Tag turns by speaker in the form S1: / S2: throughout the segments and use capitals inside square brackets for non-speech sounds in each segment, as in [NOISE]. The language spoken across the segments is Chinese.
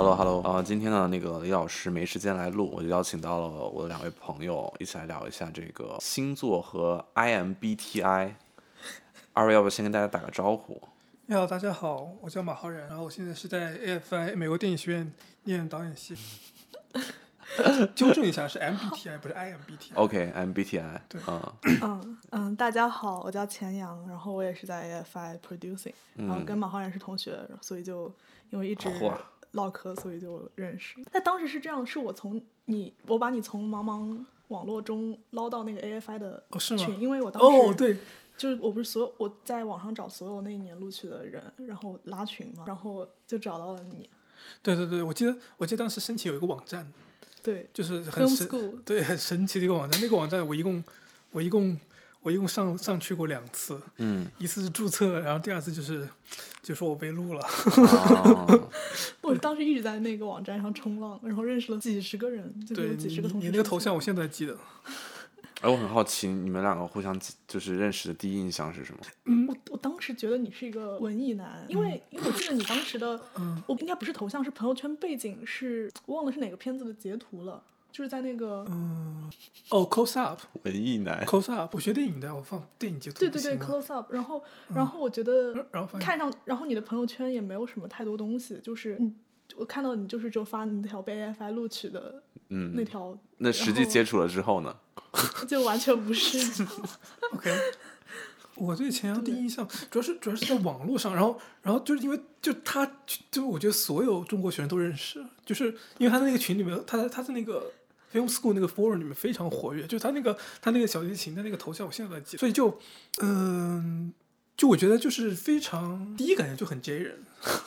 S1: 呃，今天呢，那个李老师没时间来录，我就邀请到了我的两位朋友一起来聊一下这个星座和 IMBTI。二位要不先跟大家打个招呼？
S2: 你好，大家好，我叫马浩然，然后我现在是在 AFI 美国电影学院念导演系。纠正一下，是 MBTI 不是 IMBTI。
S1: 哦 OK，MBTI，、
S2: 对
S1: 嗯，
S3: 嗯嗯，大家好，我叫钱阳，然后我也是在 AFI Producing，、然后跟马浩然是同学，所以就因为一直
S1: 好啊
S3: 唠嗑，所以就认识。但当时是这样，是我从你，我把你从茫茫网络中捞到那个 AFI 的
S2: 哦是
S3: 群，
S2: 吗
S3: 因为我当时、
S2: 哦，，对，
S3: 就是我不是所有我在网上找所有那一年录取的人，然后拉群嘛，然后就找到了你，
S2: 对对对，我记得我记得当时申请有一个网站，
S3: 对
S2: 就是很
S3: ，Film
S2: 神，
S3: School，
S2: 对，很神奇的一个网站。那个网站我一共我一共我一共上上去过两次，
S1: 嗯，
S2: 一次是注册，然后第二次就是就说我被录了。
S1: 哦
S3: 我当时一直在那个网站上冲浪，然后认识了几十个人，就
S2: 对，
S3: 是
S2: 你
S3: 几十个同
S2: 你
S3: 学。
S2: 你那个头像我现在还记得，
S1: 哎，我很好奇你们两个互相就是认识的第一印象是什么？
S3: 我我当时觉得你是一个文艺男，因为、因为我记得你当时的，
S2: 嗯
S3: 我应该不是头像，是朋友圈背景，是忘了是哪个片子的截图了，就是在那个，
S2: 嗯，哦，close up。
S1: 文艺男
S2: close up，我学电影的，我放电影截图
S3: 对
S2: 不嗯
S3: 对对
S2: 行吗。
S3: ，close up，然后然后我觉得、
S2: 然后发现
S3: 看上，然后你的朋友圈也没有什么太多东西，就是你我看到你就是只有发你那条被 AFI 录取的那
S1: 嗯，
S3: 条，
S1: 那实际
S3: 然后
S1: 接触了之后呢？
S3: 就完全不是，
S2: OK，我对钱阳第
S3: 对
S2: 一印象主要是主要是在网络上，然后然后就是因为就他就就我觉得所有中国学生都认识，就是因为他在那个群里面，他在他在那个 film school 那个 forum 里面非常活跃，就是他那个他那个小提琴的那个头像，我现在在记得，所以就嗯。就我觉得就是非常第一感觉就很 J 人， [LAUGHS]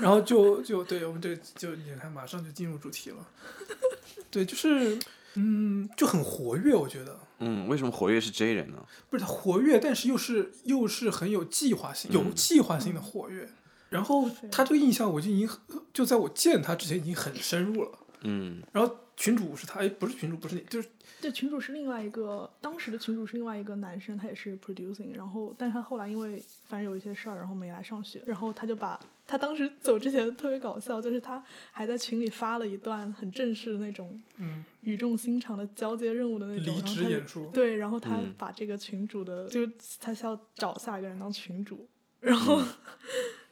S2: 然后就就对我们对就你看马上就进入主题了， [LAUGHS] 对，就是嗯就很活跃，我觉得，
S1: 嗯，为什么活跃是 J 人呢？
S2: 不是活跃，但是又是又是很有计划性、有计划性的活跃。然后他这个印象，我就已经很就在我见他之前已经很深入了。
S1: 嗯，
S2: 然后群主是他，哎，不是群主，不是你，就是
S3: 对，群主是另外一个，当时的群主是另外一个男生，他也是 producing，然后，但是他后来因为反正有一些事儿，然后没来上学，然后他就把他当时走之前特别搞笑，就是他还在群里发了一段很正式的那种
S2: 嗯，
S3: 语重心长的交接任务的那种，
S2: 离
S3: 然后
S2: 职
S3: 他
S2: 演
S3: 就
S2: 说。
S3: 对，然后他
S1: 嗯
S3: 把这个群主的，就是他是要找下一个人当群主，
S2: 嗯
S3: 然后、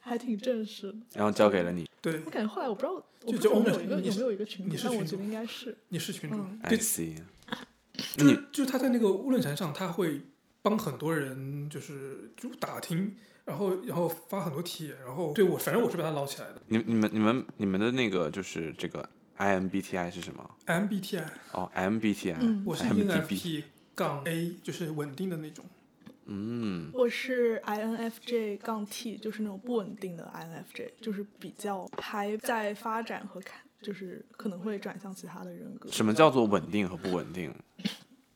S3: 还挺正式的。
S1: 然后交给了你，
S2: 对
S3: 我，感觉后来我不知道，
S2: 就
S3: 我不
S2: 就
S3: 知道
S2: Orange，
S3: 有没有一个
S2: 你
S3: 有
S2: 是
S3: 没有一个群
S2: 你
S3: 主，
S2: 是
S3: 但我
S2: 群
S3: 觉
S2: 主
S3: 得应该
S2: [CLEARS THROAT]
S3: 是，
S2: 你是群主。
S3: 嗯
S1: I
S2: 对
S1: see。
S2: 就是就是他在那个论坛上，他会帮很多人，就是就打听，然后然后发很多帖，然后对我，反正我是把他捞起来的。
S1: 你你们你们你们的那个就是这个 IMBTI 是什么？
S2: MBTI，
S1: 哦，MBTI，
S3: 嗯
S2: 我是
S1: MDB，
S2: ENFP 杠 A，就是稳定的那种。
S1: 嗯
S3: 我是 INFJ 杠 T，就是那种不稳定的 INFJ，就是比较还在发展和看，就是可能会转向其他的人格。
S1: 什么叫做稳定和不稳定？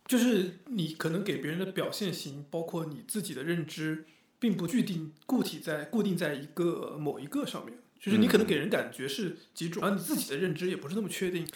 S2: 就是你可能给别人的表现型，包括你自己的认知，并不固定固体在固定在一个某一个上面。就是你可能给人感觉是几
S3: 嗯
S2: 种，然后你自己的认知也不是那么确定。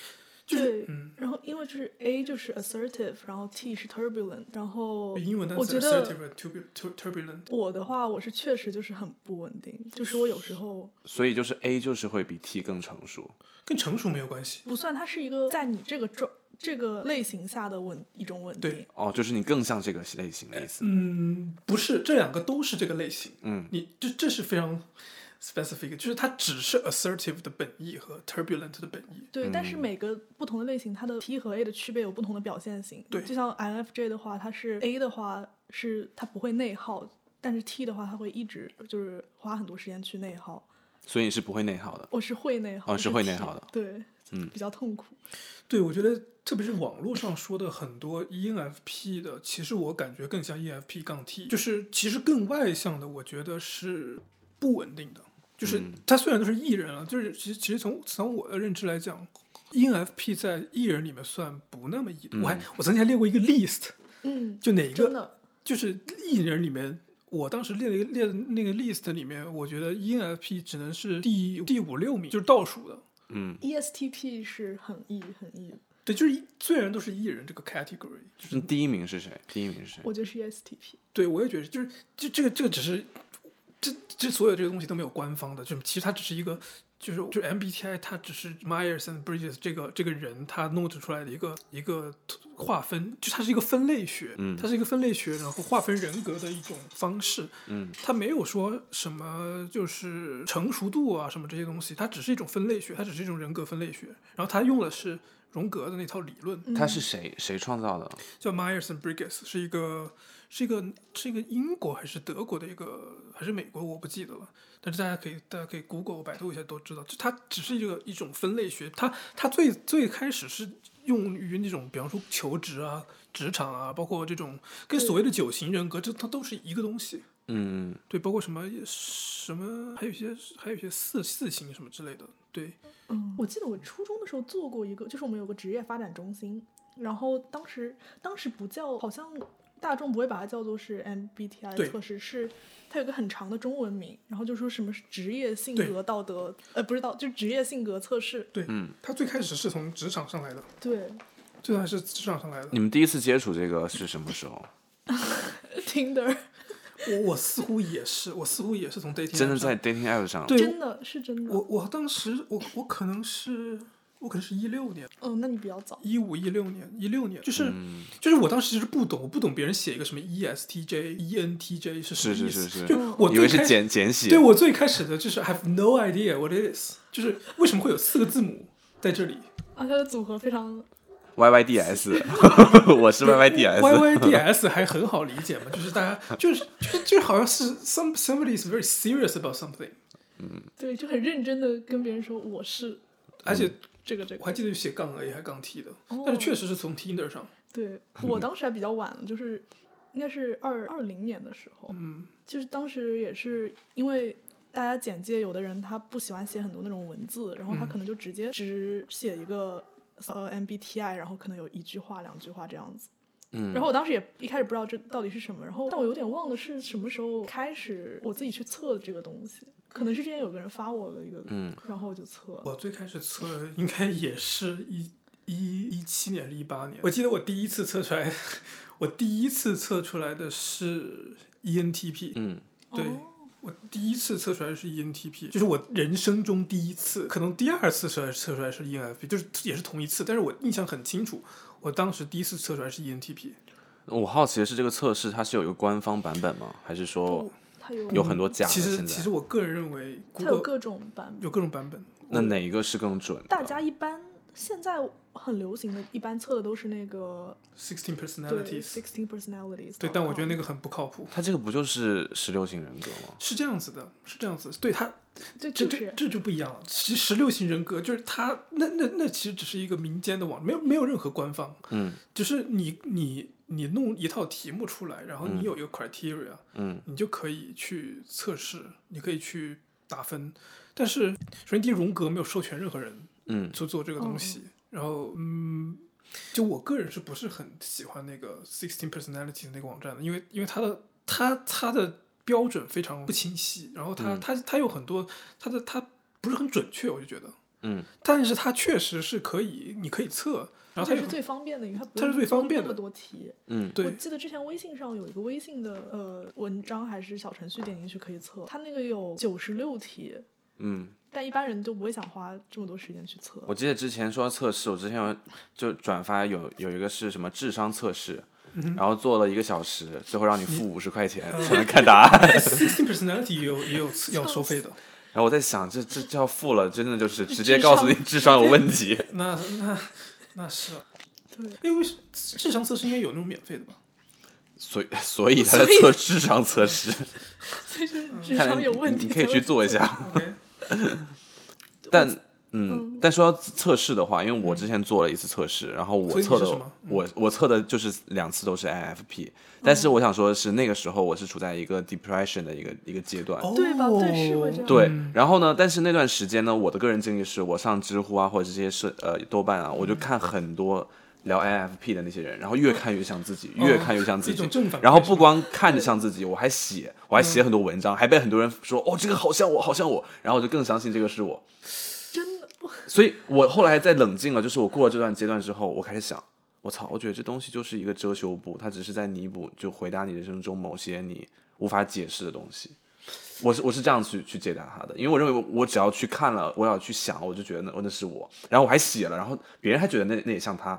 S2: 就是
S3: 对，
S2: 嗯，
S3: 然后因为就是 A 就是 assertive，然后 T 是 turbulent，然后
S2: 英文单
S3: 我
S2: 词
S3: 觉得
S2: assertive and turbu- tur- turbulent。
S3: 我的话我是确实就是很不稳定，就是我有时候
S1: 所以就是 A 就是会比 T 更成熟。
S2: 跟成熟没有关系，
S3: 不算它是一个在你这个状这个类型下的稳一种稳定
S2: 对。
S1: 哦，就是你更像这个类型的意思。
S2: 嗯，不是，这两个都是这个类型。
S1: 嗯，
S2: 你这这是非常 specific，就是它只是 assertive 的本意和 turbulent 的本意。
S3: 对，但是
S1: 嗯
S3: 每个不同的类型，它的 T 和 A 的区别有不同的表现型。
S2: 对
S3: 就像 INFJ 的话，它是 A 的话是它不会内耗，但是 T 的话，它会一直就是花很多时间去内耗。
S1: 所以你是不会内耗的。
S3: 我是会内
S1: 哦
S3: 耗，我
S1: 是会内
S3: T
S1: 耗的
S3: 对，
S1: 嗯
S3: 比较痛苦。
S2: 对，我觉得特别是网络上说的很多 E ENFP 的，其实我感觉更像 E ENFP 杠 T，就是其实更外向的，我觉得是不稳定的。就是
S1: 嗯
S2: 他虽然都是 E 人了，就是其实其实从从我的认知来讲，ENFP 在 E 人里面算不那么 E 的。我还
S1: 嗯
S2: 我曾经还列过一个 list，
S3: 嗯，
S2: 就哪一
S3: 真
S2: 个
S3: 的，
S2: 就是艺人里面，我当时列了一个列的那个 list 里面，我觉得 E ENFP 只能是第第五六名，就是倒数的。
S1: 嗯，
S3: ，E ESTP 是很 E 很 E，的
S2: 对，就是一虽然都是艺人这个 category，就是
S1: 那第一名是谁？第一名是谁？
S3: E 我觉得是 ESTP。
S2: 对我也觉得就是这这个这个只是这这所有这个东西都没有官方的，就其实它只是一个，就是就是 MBTI 它只是 Myers and Bridges 这个这个人他弄制出来的一个一个划分，就它是一个分类学，
S1: 嗯
S2: 它是一个分类学，然后划分人格的一种方式，
S1: 嗯
S2: 它没有说什么就是成熟度啊什么这些东西，它只是一种分类学，它只是一种人格分类学，然后它用的是荣格的那套理论，
S1: 他是谁谁创造的？
S2: 叫 Myers and Briggs，是一个是一个是一个英国还是德国的一个还是美国我不记得了，但是大家可以大家可以 Google 百度一下都知道，就它只是一个一种分类学，它它最最开始是用于那种比方说求职啊、职场啊，包括这种跟所谓的九型人格，这它都是一个东西。
S1: 嗯，
S2: 对，包括什么什么，还有一些还有一些四四型什么之类的，对，
S3: 嗯，我记得我初中的时候做过一个，就是我们有个职业发展中心，然后当时当时不叫，好像大众不会把它叫做是 MBTI
S2: 对
S3: 测试，是它有一个很长的中文名，然后就说什么是职业性
S2: 对
S3: 格道德，呃，不是道，就职业性格测试。
S2: 对，
S1: 嗯，
S2: 他最开始是从职场上来的， [LAUGHS]
S3: 对，
S2: 最开始是职场上来的
S1: 你。们第一次接触这个是什么时候？
S3: Tinder
S2: 我我似乎也是，我似乎也是从 dating
S1: 真的
S2: app 上
S1: 在 dating app 上？
S2: [LAUGHS] 对
S3: 真的是真
S2: 我
S3: 的。
S2: 我当时我我可能是我可能是一六年
S3: 嗯，那你比较早。
S2: 一五一六年一六年，就是、
S1: 嗯
S2: 就是我当时其实不懂，我不懂别人写一个什么 E ESTJ ENTJ 是什
S1: 是
S2: 么
S1: 是
S2: 意思，
S1: 是是
S2: 就我
S1: 以为
S2: 最
S1: 是
S2: 开
S1: 简简写。
S2: 对我最开始的就是 I have no idea what it is，就是为什么会有四个字母在这里
S3: 啊，它的组合非常
S1: Y Y D
S2: [LAUGHS]
S1: S，我是 [LAUGHS] Y Y D S。
S2: Y Y D S 还很好理解嘛，就是大家就是就是就是好像是 some somebody is very serious about something，
S3: 对，就很认真的跟别人说我是
S2: 而
S1: 嗯
S2: 且
S3: 这个这
S2: 我
S3: 个。
S2: 还记得有写杠 A 还杠 T 的，
S3: 哦
S2: 但是确实是从 Tinder 上，
S3: 对我当时还比较晚，就是应该是二二零年的时候，
S2: 嗯，
S3: 就是当时也是因为大家简介，有的人他不喜欢写很多那种文字，然后他
S2: 嗯
S3: 可能就直接只写一个呃 MBTI，然后可能有一句话、两句话这样子。
S1: 嗯
S3: 然后我当时也一开始不知道这到底是什么，然后但我有点忘了是什么时候开始我自己去测的这个东西，可能是之前有个人发我了一个，
S1: 嗯，
S3: 然后我就测了。
S2: 我最开始测应该也是一一一七年还是一八年，我记得我第一次测出来， [LAUGHS] 我第一次测出来的是 E ENTP，
S1: 嗯
S2: 对
S3: 哦
S2: 我第一次测出来是 E ENTP，就是我人生中第一次，可能第二次测测出来是 E ENFP，就是也是同一次，但是我印象很清楚，我当时第一次测出来是 E ENTP，
S1: 我好奇的是，这个测试它是有一个官方版本吗？还是说
S3: 不它有
S1: 有很多假的？
S2: 嗯其实
S1: 现在
S2: 其实我个人认为
S3: 它有
S2: Google
S3: 各种版本。
S2: 有各种版本，
S1: 那哪一个是更准的？
S3: 大家一般现在很流行的，一般测的都是那个
S2: ，sixteen
S3: 对
S2: personalities，
S3: sixteen personalities。
S2: 对，但我觉得那
S1: 哦
S3: 个
S2: 个很不靠谱。
S1: 它这个不就是十六型人格吗？
S2: 是这样子的，是这样子，对他这
S3: 对就
S2: 这
S3: 是
S2: 这就不一样了。其实十六型人格就是他，那那那其实只是一个民间的网，没有没有任何官方，
S1: 嗯
S2: 就是你你你弄一套题目出来，然后你有一个 criteria，、
S1: 嗯
S2: 你就可以去测试，你可以去打分。但是首先第一，荣格没有授权任何人
S1: 嗯
S2: 去做这个东
S3: 哦
S2: 西，然后嗯。就我个人是不是很喜欢那个 Sixteen Personality 那个网站的？因为因为它的它它的标准非常不清晰，然后它、
S1: 嗯
S2: 它它有很多它的它不是很准确，我就觉得。
S1: 嗯
S2: 但是它确实是可以，你可以测，然后它
S3: 这
S2: 有
S3: 是最方便的一个，
S2: 它是最方便
S3: 的。
S2: 的
S3: 那么多题，
S1: 嗯，
S3: 我
S2: 对
S3: 记得之前微信上有一个微信的呃文章还是小程序，点进去可以测，它那个有九十六题，
S1: 嗯，
S3: 但一般人就不会想花这么多时间去测。
S1: 我记得之前说测试，我之前有就转发有有一个是什么智商测试，然后做了一个小时，最后让嗯你付五十块 [LAUGHS] 钱才能看答案。
S2: Sixteen Personality 也有也有
S3: [LAUGHS]
S2: 要收费的。
S1: 然后我在想，这这这要付了，真的就是直接告诉你智商有问题。
S2: 那那那是啊，
S3: 对， [LAUGHS]
S2: 因为智商测试应该有那种免费的吧？
S1: 所以所以他在测智商测试，
S3: 所以就是智
S1: 看来
S3: 商
S1: 你
S3: 有问题
S1: 你
S3: 才
S1: 可
S3: 会，
S1: 以去做一下。
S2: OK，
S1: 但嗯，但说到测试的话，因为我之前做了一次测试，然后
S2: 嗯所
S1: 我
S2: 以你
S1: 测
S2: 是
S1: 的
S2: 什么嗯
S1: 我我测的就是两次都是 INFP，但是我想说的是，那个时候我是处在一个 depression 的一个一个阶
S2: 哦
S1: 段。
S3: 对吧对是会这样
S1: 对，
S2: 嗯
S1: 然后呢？但是那段时间呢，我的个人经历是我上知乎啊，或者这些社呃豆瓣啊，
S2: 嗯
S1: 我就看很多聊 INFP 的那些人，然后越看越像自己，越看越像自
S2: 一哦种
S1: 己。
S2: 正反
S1: 然后
S2: 馈嗯
S1: 不光看着像自己，我还写，我还写很多文章，还被很多人说哦，这个好像我，好像我，然后我就更相信这个是我。
S3: 真的，
S1: 所以我后来在冷静了，就是我过了这段阶段之后，我开始想，我操，我觉得这东西就是一个遮羞布，它只是在弥补，就回答你人生中某些你无法解释的东西。我是我是这样去去解答他的，因为我认为我我只要去看了，我要去想，我就觉得那那是我，然后我还写了，然后别人还觉得那那也像他，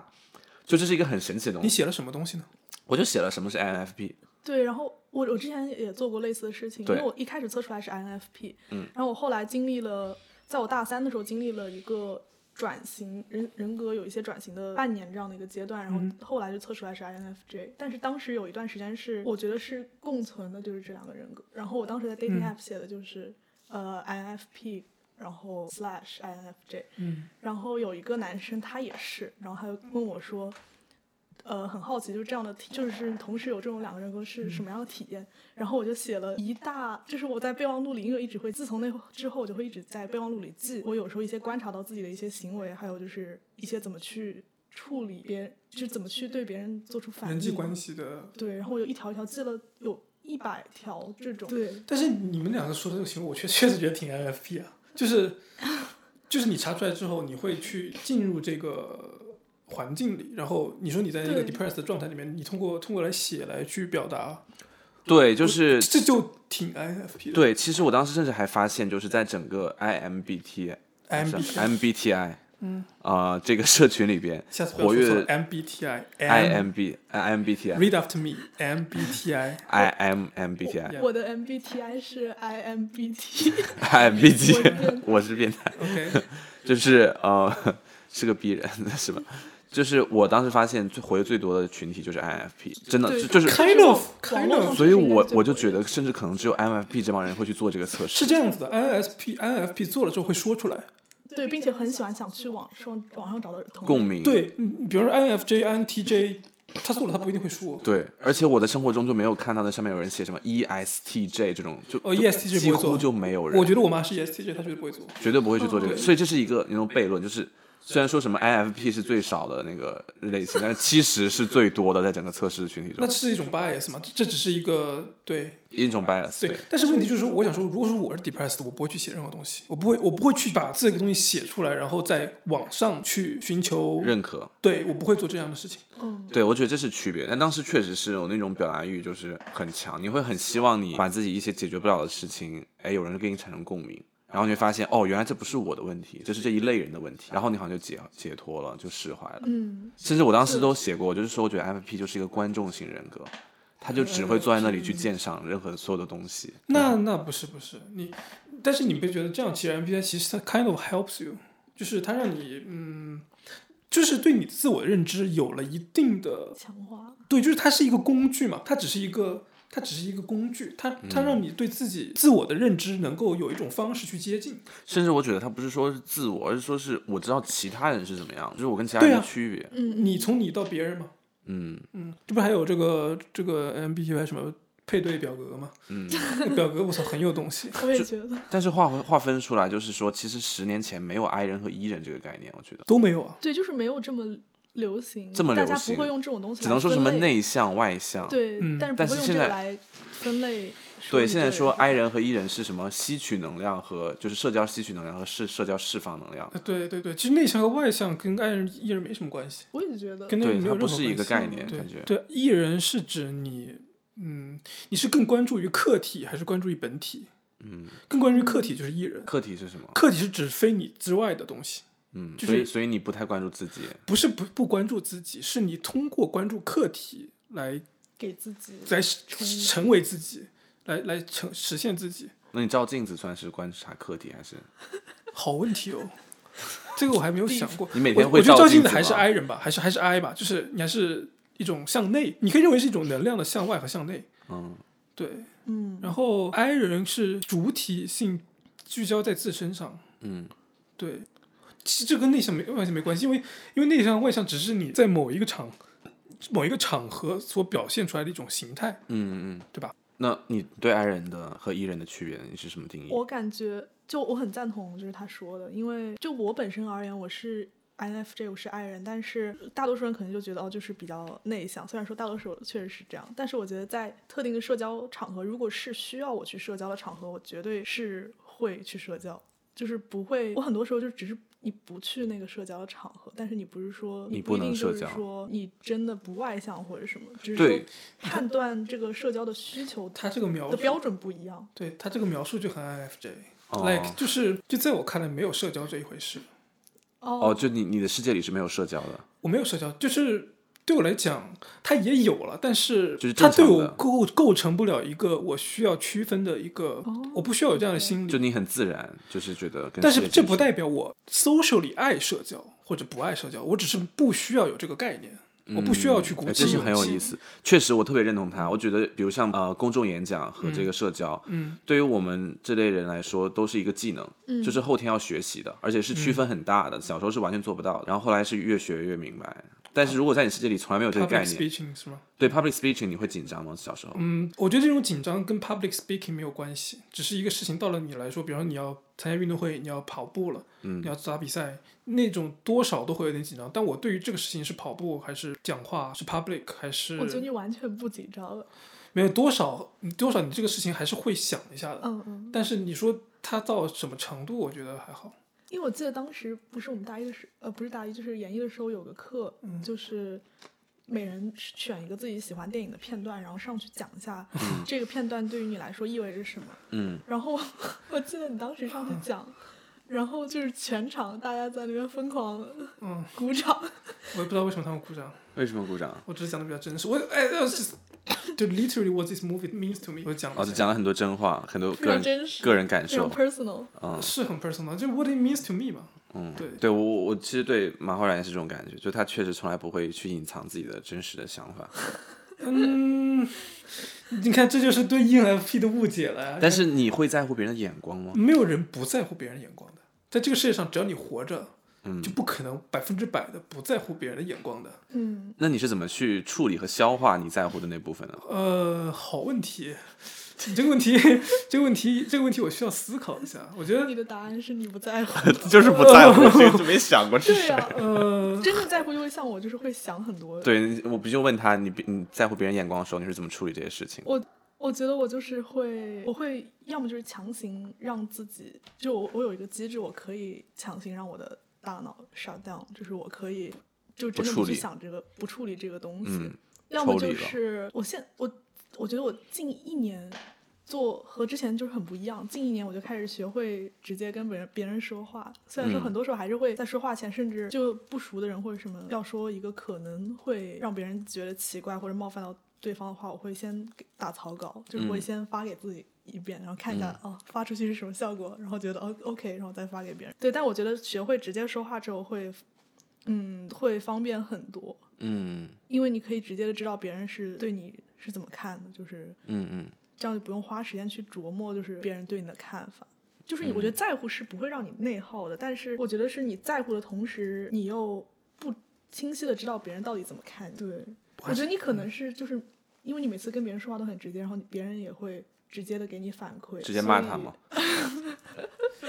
S1: 就这是一个很神奇的东
S2: 你
S1: 西。
S2: 写了什么东西呢？
S1: 我就写了什么是 INFP，
S3: 对，然后我我之前也做过类似的事情，因为
S1: 对
S3: 我一开始测出来是 INFP，
S1: 嗯，
S3: 然后我后来经历了，在我大三的时候经历了一个转型人人格有一些转型的半年这样的一个阶段，然
S2: 嗯
S3: 后后来就测出来是 INFJ，、但是当时有一段时间是我觉得是共存的，就是这两个人格，然后我当时在 dating
S2: 嗯
S3: app 写的就是、呃 INFP，然后 slash INFJ，
S2: 嗯
S3: 然后有一个男生他也是，然后他就问我说，呃，很好奇，就是这样的体，就是同时有这种两个人格是什么样的体验？然后我就写了一大，就是我在备忘录里，因为一直会，自从那之后我就会一直在备忘录里记，我有时候一些观察到自己的一些行为，还有就是一些怎么去处理别人，就是怎么去对别人做出反应，
S2: 人际关。系的。
S3: 对，然后我就一条一条记了有一百条这种。对，
S2: 但是你们两个说的这个行为，我确 [LAUGHS] 确实觉得挺 INFP 啊，
S3: [LAUGHS]
S2: 就是就是你查出来之后，你会去进入这个环境里，然后你说你在那个
S3: 对
S2: depressed 的状态里面，你通过通过来写来去表达，
S1: 对，就是
S2: 这就挺 INFP 的。
S1: 对。其实我当时甚至还发现，就是在整个 IMBT
S2: ，M
S1: 是 MBTI，
S2: 嗯
S1: 啊、这个社群里边
S2: [LAUGHS] 下次不要
S1: 活
S2: 说错
S1: 跃
S2: 了 MBTI M
S1: IMB IMBTI
S2: read after me [LAUGHS] MBTI
S1: 呃 IMBTI
S3: 我的 MBTI 是 IMBT，我是
S1: IMBTI，
S3: 变
S1: 我是变态。 [LAUGHS]
S2: OK
S1: 就是呃，是个逼人，是吧？就是我当时发现最活跃最多的群体就是 INFP，真的
S3: 对
S1: 就就是，
S2: kind of
S3: 网
S2: kind
S3: 络上
S2: of
S1: 所以我
S3: 就是应该是
S1: 我就觉得，甚至可能只有 INFP 这帮人会去做这个测
S2: 是
S1: 试。
S2: 这样子的，INFP INFP 做了之后会说出来。
S1: 嗯
S3: 对，并且很喜欢想去网上网上找到同
S1: 共
S3: 类
S1: 鸣，
S2: 对，嗯比如说 INFJ、INTJ，他做了他不一定会说。
S1: 对而且我的生活中就没有看到那上面有人写什么 E ESTJ 这种，就
S2: 哦
S1: 就
S2: ESTJ
S1: 几
S2: 不会做
S1: 乎就没有人，
S2: 我觉得我妈是 E ESTJ，她绝对不会做。
S1: 绝对不会去做这个。
S2: 嗯
S1: 所以这是一个那种悖论，就是虽然说什么 INFP 是最少的那个类型，但是其实是最多的，在整个测试群体
S2: 那
S1: 中
S2: 这，是一种 bias 嘛？这这只是一个对
S1: 一种 bias
S2: 对
S1: 对。
S2: 但是问题就是说，我想说，如果说我是 depressed，我不会去写任何东西，我不会，我不会去把这个东西写出来，然后在网上去寻求。
S1: 认可。
S2: 对我不会做这样的事情。
S3: 嗯，
S1: 对，我觉得这是区别。但当时确实是有那种表达欲，就是很强，你会很希望你把自己一些解决不了的事情，哎，有人跟你产生共鸣，然后你会发现，哦，原来这不是我的问题，这是这一类人的问题，然后你好像就解解脱了，就释怀了。
S3: 嗯，
S1: 甚至我当时都写过，就是说，我觉得 FP 就是一个观众型人格，他就只会坐在那里去鉴赏任何所有的东西。
S2: 嗯那那不是不是你，但是你别觉得这样，其实 MBTI 其实它 kind of helps you，就是它让你嗯，就是对你自我认知有了一定的
S3: 强化，
S2: 对，就是它是一个工具嘛，它只是一个，它只是一个工具，它它让你对自己自我的认知能够有一种方式去接近。
S1: 甚至我觉得他不是说是自我，而是说是我知道其他人是怎么样，就是我跟其他
S2: 对
S1: 人的
S2: 啊
S1: 区别。
S3: 嗯，
S2: 你从你到别人嘛，
S1: 嗯
S2: 嗯，这不还有这个这个 MBTI 什么配对表格吗？
S1: 嗯。 [LAUGHS]
S2: 那表格我操很有东西。
S3: 我也觉得，
S1: 但是划分划分出来，就是说，其实十年前没有 I 人和 E 人这个概念，我觉得
S2: 都没有啊，
S3: [LAUGHS] 对，就是没有这么流行，
S1: 这么流
S3: 大家
S1: 行
S3: 不会用这种东
S2: 啊
S3: 西，
S1: 只能说什么，内向外向。
S3: 对，
S2: 嗯
S3: 但是
S1: 但
S3: 不会
S1: 是
S3: 用
S1: 现
S3: 这个
S1: 在
S3: 来分类。
S1: 对，现在说 I
S3: 人，
S1: 人和 E 人是什么？吸取能量和就是社交吸取能量和社社交释放能量，
S2: 呃对对对，其实内向和外向跟爱人艺人没什么关系，
S3: 我也觉得，
S2: 跟那个
S1: 对，
S2: 嗯没
S1: 它
S2: 有任何
S1: 不
S2: 关
S1: 是
S2: 系。啊
S1: 一个概念，
S2: 对
S1: 感觉。
S2: 对，艺人是指你，嗯，你是更关注于客体还是关注于本体？
S1: 嗯，
S2: 更关注于客体就是艺人，
S1: 课题是什么？
S2: 客体是指非你之外的东西。
S1: 嗯，
S2: 就
S1: 所以
S2: 是
S1: 所以你不太关注自己，
S2: 不是不不关注自己，是你通过关注客体来
S3: 给自己，
S2: 来
S3: 充实
S2: 成为自己，来来成实现自己。
S1: 那你照镜子算是观察课题还是？
S2: 好问题哦，这个我还没有想过。
S1: 你每
S2: 我
S1: 天
S2: 我
S1: 会
S2: 觉得照
S1: 镜
S2: 子还是
S1: 吗
S2: I 人吧，还是还是 I 吧，就是你还是一种向内，你可以认为是一种能量的向外和向内。
S1: 嗯，
S2: 对，
S3: 嗯，
S2: 然后 I 人是主体性聚焦在自身上，
S1: 嗯，
S2: 对，其实这跟内向没外向没关系，因为因为内向外向只是你在某一个场某一个场合所表现出来的一种形态，
S1: 嗯嗯，
S2: 对吧？
S1: 那你对 I 人的和 E 人的区别，你是什么定义？
S3: 我感觉就我很赞同，就是他说的，因为就我本身而言，我是 INFJ，我是 I 人，但是大多数人可能就觉得哦，就是比较内向。虽然说大多数确实是这样，但是我觉得在特定的社交场合，如果是需要我去社交的场合，我绝对是会去社交，就是不会。我很多时候就只是你不去那个社交的场合，但是你不是说
S1: 你
S3: 不
S1: 不
S3: 一定
S1: 能
S3: 就
S1: 社
S3: 是
S1: 交
S3: 说你真的不外向或者什么，只是
S1: 对
S3: 说判断这个社交的需求
S2: 他这个描
S3: 的
S2: 述，
S3: 标准不一样。
S2: 对他这个描述就很 INFJ。
S1: 哦
S2: like 就是就在我看来没有社交这一回事，
S3: 哦
S1: 哦，就你你的世界里是没有社交的，
S2: 我没有社交，就是对我来讲，它也有了，但是
S1: 就是
S2: 它
S1: 正
S2: 对
S1: 常的
S2: 我构构成不了一个我需要区分的一个，
S3: 哦
S2: 我不需要有这样的心
S1: 就
S2: 理。
S1: 你很自然，就是觉得跟
S2: 嗯但
S1: 世
S2: 是
S1: 界接
S2: 这不
S1: 触
S2: 代表我 socially 爱社交或者不爱社交，我只是不需要有这个概念，我不需要去鼓
S1: 哎
S2: 起
S1: 这
S2: 勇气。
S1: 是很有意思，确实我特别认同他。我觉得，比如像呃公众演讲和这个社交，
S2: 嗯，
S1: 对于我们这类人来说都是一个技能，
S3: 嗯
S1: 就是后天要学习的，而且是区分很大的。小时候是完全做不到的，然后后来是越学越明白。但是如果在你世界里从来没有这个概
S2: Public
S1: 念，
S2: speaking 是吗？
S1: 对 public speaking 你会紧张吗？小时候，
S2: 嗯，我觉得这种紧张跟 public speaking 没有关系，只是一个事情到了你来说，比方说你要参加运动会，你要跑步了，
S1: 嗯
S2: 你要打比赛，那种多少都会有点紧张。但我对于这个事情是跑步还是讲话，是 public 还是
S1: 嗯
S3: 我觉得你完全不紧张
S1: [LAUGHS]
S3: 了。
S2: 没有多少多少，你这个事情还是会想一下的。
S3: 嗯嗯，
S2: 但是你说它到什么程度，我觉得还好。
S3: 因为我记得当时不是我们大一的时，呃，不是大一，就是研一的时候有个课，
S2: 嗯
S3: 就是每人选一个自己喜欢电影的片段，然后上去讲一下这个片段对于你来说意味着什么。
S1: 嗯，
S3: 然后我记得你当时上去讲，然后就是全场大家在那边疯狂
S2: 嗯，
S3: 鼓掌，
S1: [LAUGHS]
S2: 我也不知道为什么他们鼓掌，
S1: 为什么鼓掌？
S2: 我只是讲的比较真实。我哎，那是 [LAUGHS] 就 literally what this movie means to me，我讲了
S1: 哦，
S2: 一
S1: 就
S2: 下
S1: 讲了很多真话，很多
S3: 非
S1: 个
S3: 常
S1: 人
S3: 真实，
S1: 个人感
S3: 非常
S1: 受，
S3: personal。
S1: 嗯。
S2: 是很 personal，就 what it means to me 嘛。
S1: 嗯，
S2: 对
S1: 对我我我其实对马浩然也是这种感觉，就他确实从来不会去隐藏自己的真实的想法，
S2: 嗯， [LAUGHS] 你看，这就是对 ENFP 的误解了呀。
S1: 但是你会在乎别人的眼光吗？
S2: 没有人不在乎别人的眼光的，在这个世界上，只要你活着，
S1: 嗯
S2: 就不可能百分之百的不在乎别人的眼光的。
S3: 嗯，
S1: 那你是怎么去处理和消化你在乎的那部分呢？
S2: 呃，好问题，这个问题， [LAUGHS] 这个问题，这个问题，我需要思考一下。我觉
S3: 你
S2: 得，
S3: 的答案是你不在乎。
S1: [LAUGHS] [LAUGHS] 就是
S3: [LAUGHS]
S1: 不在乎，所以就没想过这
S3: 对呀、
S2: 呃，
S3: 真正在乎就会像我，就是会想很多。
S1: 对，我不就问他，你别你在乎别人眼光的时候，你是怎么处理这些事情？
S3: 我我觉得我就是会，我会要么就是强行让自己，就我我有一个机制，我可以强行让我的大脑 shut down，就是我可以就真的
S1: 不处
S3: 去
S1: 理
S3: 想这个，不处理这个东西。
S1: 嗯，
S3: 要么
S1: 抽
S3: 就
S1: 离了
S3: 是我现我我觉得我近一年做和之前就是很不一样，近一年我就开始学会直接跟别人别人说话，虽然说
S1: 嗯
S3: 很多时候还是会在说话前，甚至就不熟的人或者什么要说一个可能会让别人觉得奇怪或者冒犯到对方的话，我会先给打草稿，就是我会
S1: 嗯
S3: 先发给自己。一遍，然后看一下、哦，发出去是什么效果，然后觉得哦 OK，然后再发给别人。对，但我觉得学会直接说话之后会，嗯，会方便很多。
S1: 嗯
S3: 因为你可以直接的知道别人是对你是怎么看的，就是
S1: 嗯嗯，
S3: 这样就不用花时间去琢磨，就是别人对你的看法。就是你，我
S1: 嗯
S3: 觉得在乎是不会让你内耗的，但是我觉得是你在乎的同时，你又不清晰的知道别人到底怎么看你。对，我觉得你可能是就是因为你每次跟别人说话都很直接，然后别人也会直接的给你反馈，
S1: 直接骂
S3: 所以
S1: 他吗？？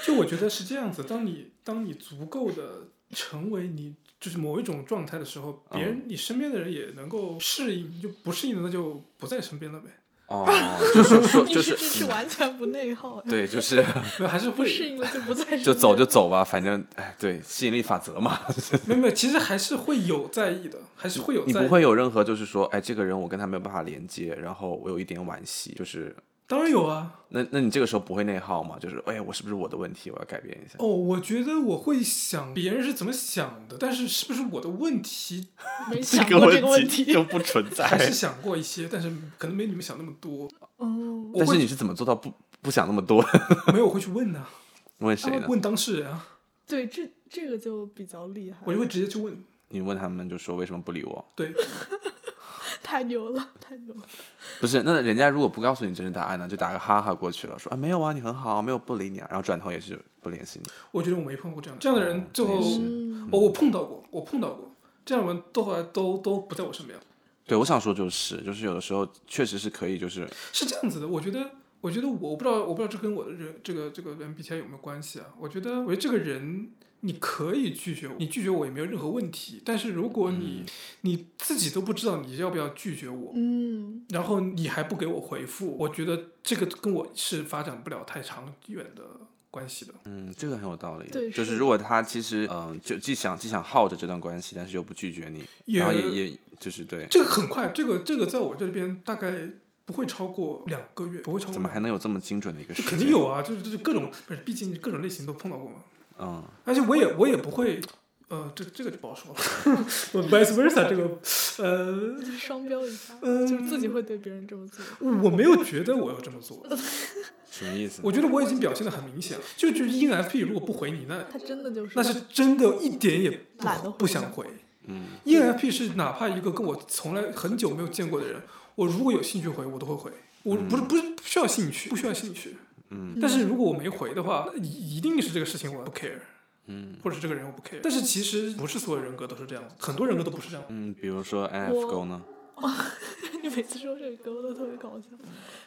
S2: 就我觉得是这样子，当你当你足够的成为你就是某一种状态的时候，
S1: 嗯
S2: 别人、你身边的人也能够适应，就不适应的那就不在身边了呗。
S3: [LAUGHS]
S1: 哦，就是说
S3: 你
S1: 就是是
S3: 这是完全不内耗，
S1: 嗯， [LAUGHS] 对，就是
S2: 没有，还是会
S3: 不适应了就
S1: [LAUGHS]
S3: 不再
S1: 就走就走吧，反正哎，对，吸引力法则嘛，
S2: 没有没有，其实还是会有在意的，还是会有
S1: 你
S2: 在意
S1: 不
S2: 的。
S1: 会有任何就是说，哎，这个人我跟他没有办法连接，然后我有一点惋惜，就是
S2: 当然有啊。
S1: 那那你这个时候不会内耗吗？就是哎，我是不是我的问题？我要改变一下。
S2: 哦，我觉得我会想别人是怎么想的，但是是不是我的问题，
S3: 没想过这个问题。
S1: 不存
S2: 还是想过一
S1: 哎
S2: 些，但是可能没你们想那么多。
S3: 嗯，
S1: 但是你是怎么做到不不想那么多？ [LAUGHS]
S2: 没有，我会去问呐、
S1: 问 [LAUGHS] 谁呢？
S2: 问当事人啊，
S3: 对，这这个就比较厉害，
S2: 我就会直接去问。
S1: 你问他们就说为什么不理我？ [LAUGHS]
S2: 对，
S3: 太牛了，太牛了。
S1: 不是，那人家如果不告诉你真实答案呢，就打个哈哈过去了，说啊没有啊，你很好，没有不理你啊，然后转头也是不联系你。
S2: 我觉得我没碰过
S1: 哦
S2: 这样的，这样的人最后哦
S1: 我也是
S3: 嗯，
S2: 我我碰到过，我碰到过这样的人，都后来都都不在我身边了。
S1: 对，我想说就是，就是有的时候确实是可以，就是
S2: 是这样子的，我觉得，我觉得我我不知道，我不知道这跟我的人这个这个 MBTI 有没有关系啊？我觉得，我觉得这个人你可以拒绝我，你拒绝我也没有任何问题。但是如果你、
S1: 嗯
S2: 你自己都不知道你要不要拒绝我，
S3: 嗯，
S2: 然后你还不给我回复，我觉得这个跟我是发展不了太长远的关系的。
S1: 嗯，这个很有道理。
S3: 对
S1: 就是是如果他其实嗯、就既想既想耗着这段关系，但是又不拒绝你，
S2: 也
S1: 然后也也就是对，
S2: 这个很快，这个这个在我这边大概不会超过两个月，不会超过
S1: 怎么
S2: 两个
S1: 还能有这么精准的一个
S2: 月，
S1: 时
S2: 这
S1: 间？
S2: 肯定有啊，就是就是各种，不是，毕竟各种类型都碰到过嘛。
S1: 嗯，
S2: 而且我也我也不会，呃，这这个就不好说了 [LAUGHS] 呃，vice versa 这个，呃，
S3: 就是双标一下，
S2: 嗯
S3: 就是自己会对别人这么做。
S2: 我没有觉得我要这么做，
S1: 什么意思？
S2: 我觉得我已经表现的很明显了，就 E 就是 ENFP 如果不回你，那
S3: 他真的就是
S2: 那是真的一点也不
S3: 懒得回
S2: 不想回。E
S1: 嗯
S2: ENFP 是哪怕一个跟我从来很久没有见过的人，我如果有兴趣回，我都会回。我不是不是不需要兴趣，不需要兴趣。
S1: 嗯
S2: 但是如果我没回的话，那一一定是这个事情我不 care，
S1: 嗯
S2: 或者这个人我不 care。但是其实不是所有人格都是这样，很多人格都不是这样。
S1: 嗯，比如说 NF 勾呢？
S3: 你每次说这个歌都特别搞笑，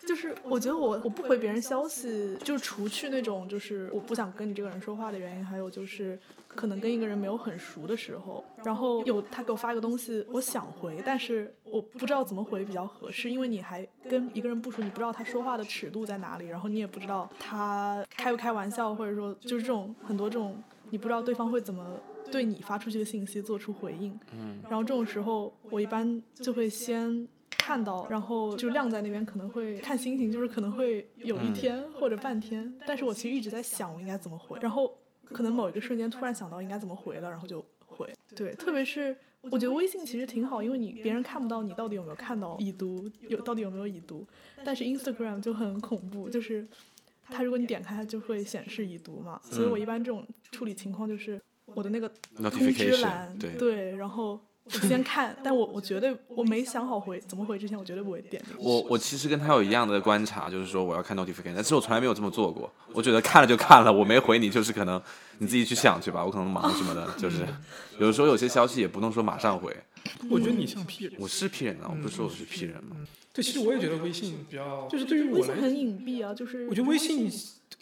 S3: 就是我觉得我我不回别人消息，就除去那种就是我不想跟你这个人说话的原因，还有就是可能跟一个人没有很熟的时候，然后有他给我发一个东西，我想回，但是我不知道怎么回比较合适，因为你还跟一个人不熟，你不知道他说话的尺度在哪里，然后你也不知道他开不开玩笑，或者说就是这种很多这种你不知道对方会怎么对你发出去的信息做出回应，
S1: 嗯
S3: 然后这种时候，我一般就会先看到，然后就晾在那边，可能会看心情，就是可能会有一
S1: 嗯
S3: 天或者半天。但是我其实一直在想我应该怎么回，然后可能某一个瞬间突然想到应该怎么回了，然后就回。对，特别是我觉得微信其实挺好，因为你别人看不到你到底有没有看到已读，有到底有没有已读。但是 Instagram 就很恐怖，就是它如果你点开，它就会显示已读嘛。所以我一般这种处理情况就是我的那个通知
S1: Notification，
S3: 栏，
S1: 对
S3: 然后我先看，但我我绝对我没想好回怎么回之前，我绝对不会点进去。
S1: 我我其实跟他有一样的观察，就是说我要看 notification，但是我从来没有这么做过。我觉得看了就看了，我没回你，就是可能你自己去想去吧，我可能忙什么的，
S2: [LAUGHS]
S1: 就是有的时候有些消息也不能说马上回。
S2: 我觉得你像 P 人。
S1: 我是 P 人啊，我不是说
S2: 嗯
S1: 我是 P 人嘛，
S2: 对，其实我也觉得微信比较，就是对于
S3: 微
S2: 我
S3: 信
S2: 来，
S3: 很隐蔽啊，就是
S2: 我觉得微信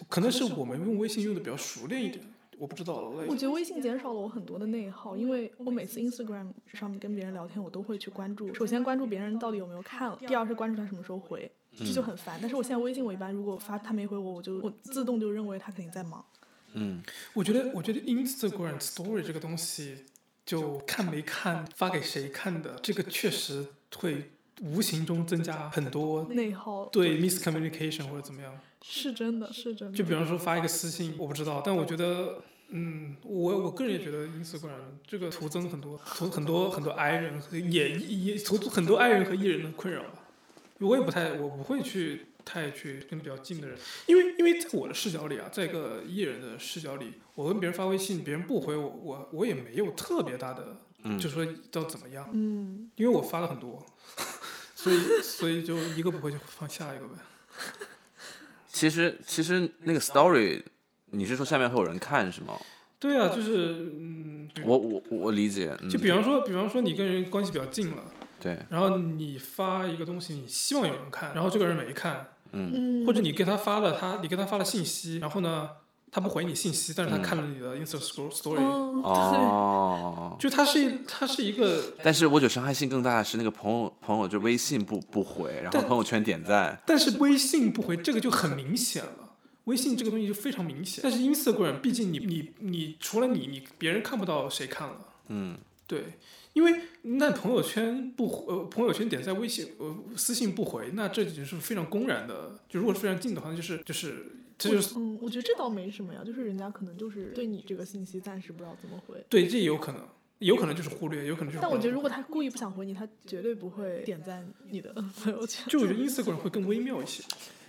S2: 可能是我们用微信用的比较熟练一点，我不知道了。
S3: 我觉得微信减少了我很多的内耗，因为我每次 Instagram 上面跟别人聊天，我都会去关注，首先关注别人到底有没有看了，第二是关注他什么时候回，这就很烦。但是我现在微信，我一般如果发他没回我，我就我自动就认为他肯定在忙。
S1: 嗯，
S2: 我觉得，我觉得 Instagram Story 这个东西，就看没看、发给谁看的，这个确实会无形中增加很多
S3: 内耗
S2: 对 miscommunication 或者怎么样。
S3: 是真的，是真的。
S2: 就比方说嗯发一个私信，我不知道，但我觉得，嗯，我我个人也觉得 Instagram 这个徒增很多、徒很多很多 I 人和也也徒很多 I 人和 E 人的困扰吧。我也不太，我不会去太去跟比较近的人，因为因为在我的视角里啊，在一个 E 人的视角里，我跟别人发微信，别人不回我，我我也没有特别大的，
S1: 嗯
S2: 就说要怎么样，
S3: 嗯。
S2: 因为我发了很多， [LAUGHS] 所以所以就一个不回就放下一个呗。
S1: 其实其实那个 story，你是说下面会有人看是吗？
S2: 对啊，就是嗯，对
S1: 我我我理解，嗯
S2: 就，比方说，比方说你跟人关系比较近了，
S1: 对，
S2: 然后你发一个东西，你希望有人看，然后这个人没看， [LAUGHS]
S1: 嗯
S3: 嗯，
S2: 或者你给他发了他，你给他发了信息，然后呢，他不回你信息，但是他
S1: 嗯
S2: 看了你的 Instagram story，、
S3: 嗯，对，
S1: 哦。
S2: 就他是他是一个，
S1: 但是我觉得伤害性更大的是那个朋友朋友就微信不不回，然后
S2: 但
S1: 朋友圈点赞，
S2: 但是微信不回这个就很明显了。微信这个东西就非常明显，但是 Instagram 毕竟你你你除了你你别人看不到谁看了，
S1: 嗯
S2: 对，因为那朋友圈不回呃朋友圈点在微信呃私信不回，那这就是非常公然的，就如果是非常近的话，那就是就是这就是
S3: 嗯，我觉得这倒没什么呀，就是人家可能就是对你这个信息暂时不知道怎么回。
S2: 对，这也有可能，有可能就是忽略，有可能就是忽略。
S3: 但我觉得，如果他故意不想回你，他绝对不会点赞你的 [LAUGHS] 朋友
S2: [LAUGHS]
S3: 圈。
S2: 就我觉得 Instagram 会更微妙一些。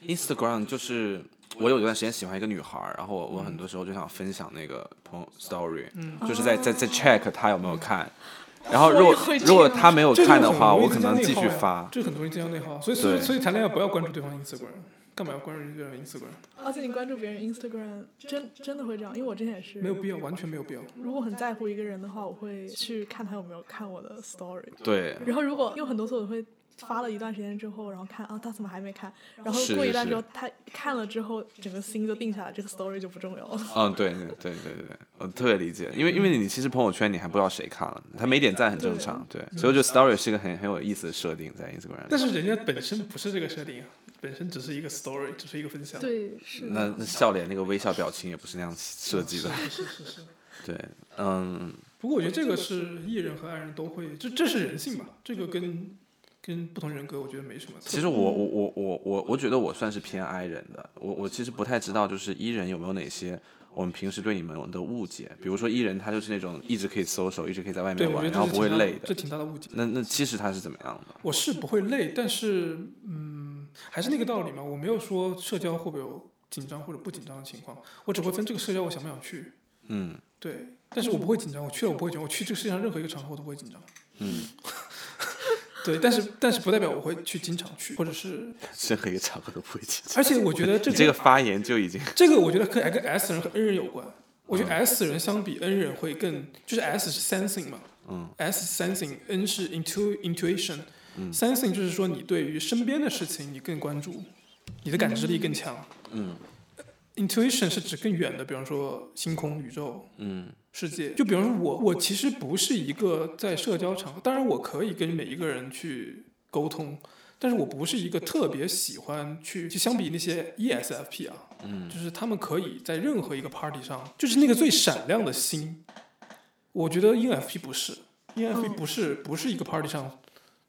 S1: ，Instagram 就是我有一段时间喜欢一个女孩儿，然后我我很多时候就想分享那个朋友 story，、
S2: 嗯
S1: 就是在在在 check 她有没有看，
S2: 哦
S1: 然后如
S3: 我
S1: 果
S3: 也会这样
S1: 如果她没有
S2: 这就啊
S1: 看的
S2: 很
S1: 话，
S2: 容易
S1: 我可
S2: 增加
S1: 能
S2: 内
S1: 继
S2: 耗
S1: 续
S2: 呀
S1: 发。
S2: 嗯这很容易增加内耗。所以所以
S1: 对
S2: 所以谈恋爱不要关注对方 Instagram，干嘛要关注对方 Instagram？
S3: 而且你关注别人 Instagram，真真的会这样，因为我之前也是
S2: 没有。必要，完全没有必要。
S3: 如果很在乎一个人的话，我会去看他有没有看我的 story。
S1: 对，
S3: 然后如果因为很多次我会发了一段时间之后，然后看啊他怎么还没看，然后
S1: 是
S3: 过一
S1: 是
S3: 段
S1: 是
S3: 时候他看了之后，整个心就定下来，这个 story 就不重要了。
S1: 嗯，对对对对对，我特别理解，因为因为你其实朋友圈你还不知道谁看了，他没点赞很正常，对，所以我觉得 story 是一个很很有意思的设定在 Instagram
S2: 但
S1: 里。
S2: 是人家本身不是这个设定啊，本身只是一个 story，只是一个分享。
S3: 对，是
S1: 那
S3: 的，
S1: 那笑脸那个微笑表情也不是那样设计的。
S2: 是是是是。
S1: 对，嗯，
S2: 不过我觉得这个是艺人和爱人都会，这这是人性吧？这个跟跟不同人格，我觉得没什么。
S1: 其实我我我我我我觉得我算是偏 I 人的，我我其实不太知道就是 E 人有没有哪些我们平时对你们的误解，比如说 E 人他就是那种一直可以搜手，一直可以在外
S2: 对
S1: 面
S2: 我
S1: 玩，
S2: 觉得
S1: 然后
S2: 这
S1: 不
S2: 是挺
S1: 会
S2: 大的
S1: 累的。
S2: 这挺大的误解。
S1: 那那其实他是怎么样的？
S2: 我是不会累，但是嗯，还是那个道理嘛，我没有说社交会不会有紧张或者不紧张的情况，我只会分这个社交我想不想去。
S1: 嗯
S2: 对，但是我不会紧张，我去了我不会紧张，我去这个世界上任何一个场合我都不会紧张。
S1: 嗯，
S2: 对，但是但是不代表我会去经常去，或者是，
S1: [LAUGHS] 任何一个场合都不会紧张。
S2: 而且我觉得这
S1: 你
S2: 个
S1: 这个发言就已经
S2: 这个我觉得跟跟 S 人和 N 人有关。我觉得 S 人相比 N 人会更，就是 S 是 sensing 嘛，
S1: 嗯
S2: ，S 是 sensing，N 是 intu intuition、sensing 就是说你对于身边的事情你更关注，你的感知力更强。
S1: 嗯
S2: intuition 是指更远的，比方说星空、宇宙、
S1: 嗯
S2: 世界。就比方说我，我其实不是一个在社交场合，当然我可以跟每一个人去沟通，但是我不是一个特别喜欢去，就相比那些 ESFP 啊，
S1: 嗯
S2: 就是他们可以在任何一个 party 上，就是那个最闪亮的星。我觉得 E ENFP 不是，ENFP，E
S3: 嗯
S2: 不是、不是一个 party 上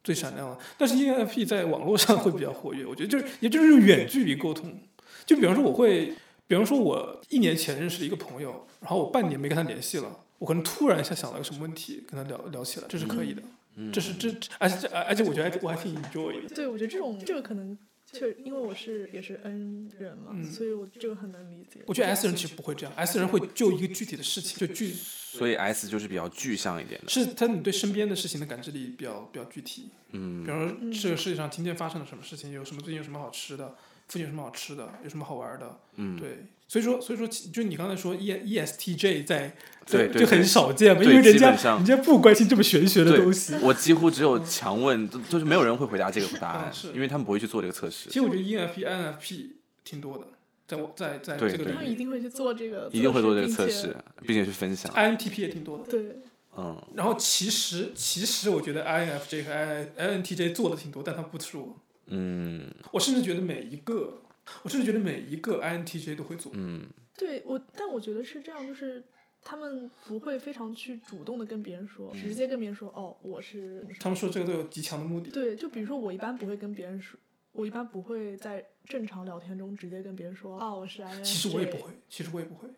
S2: 最闪亮的，但是 E ENFP 在网络上会比较活跃。我觉得就是也就是远距离沟通，就比方说我会，比方说我一年前认识的一个朋友，然后我半年没跟他联系了，我可能突然一下想到个什么问题，跟他聊聊起来，这是可以的，
S1: 嗯，
S2: 这是这这而且这而且我觉得还我还挺 enjoy 的。
S3: 对，我觉得这种这个可能确，因为我是也是 N 人嘛，
S2: 嗯
S3: 所以我这个很能理解。
S2: 我觉得 S 人其实不会这样，S 人会就一个具体的事情，就具
S1: 所以 S 就是比较具象一点的。
S2: 是他你对身边的事情的感知力比较比较具体，比
S1: 嗯
S2: 方说这个世界上今天发生了什么事情，有什么最近有什么好吃的，附近有什么好吃的，有什么好玩的，
S1: 嗯，
S2: 对，所以说所以说其就你刚才说 E E S T J 在
S1: 对
S2: 在
S1: 对
S2: 就很
S1: 对
S2: 少见嘛，因
S1: 对
S2: 为人
S1: 基
S2: 家
S1: 本上
S2: 人家不关心这么玄学的
S1: 对
S2: 东西。
S1: 我几乎只有强问，就就是没有人会回答这个答案
S2: 嗯是，
S1: 因为他们不会去做这个测试
S2: 其。实我觉得 E N F P I N F P 挺多的，在我在在
S1: 对
S2: 这个
S1: 对
S3: 他
S2: 领
S3: 们一
S2: 域
S3: 定会去做这个，
S1: 一定会做这个
S3: 并
S1: 测
S3: 且
S1: 试，并且去分享。
S2: ，I N T P 也挺多的。
S3: 对，
S1: 嗯，
S2: 然后其实其实我觉得 I N F J 和 I I N T J 做的挺多，但它不是我。
S1: 嗯
S2: 我甚至觉得每一个，我甚至觉得每一个 INTJ 都会做。
S1: 嗯
S3: 对我，但我觉得是这样，就是他们不会非常去主动的跟别人说，直接跟别人说，哦，我是。
S2: 嗯他们说这个都有极强的目的。
S3: 对，就比如说我一般不会跟别人说，我一般不会在正常聊天中直接跟别人说，啊，我是 INFJ。
S2: 其实我也不会，其实我也不会。，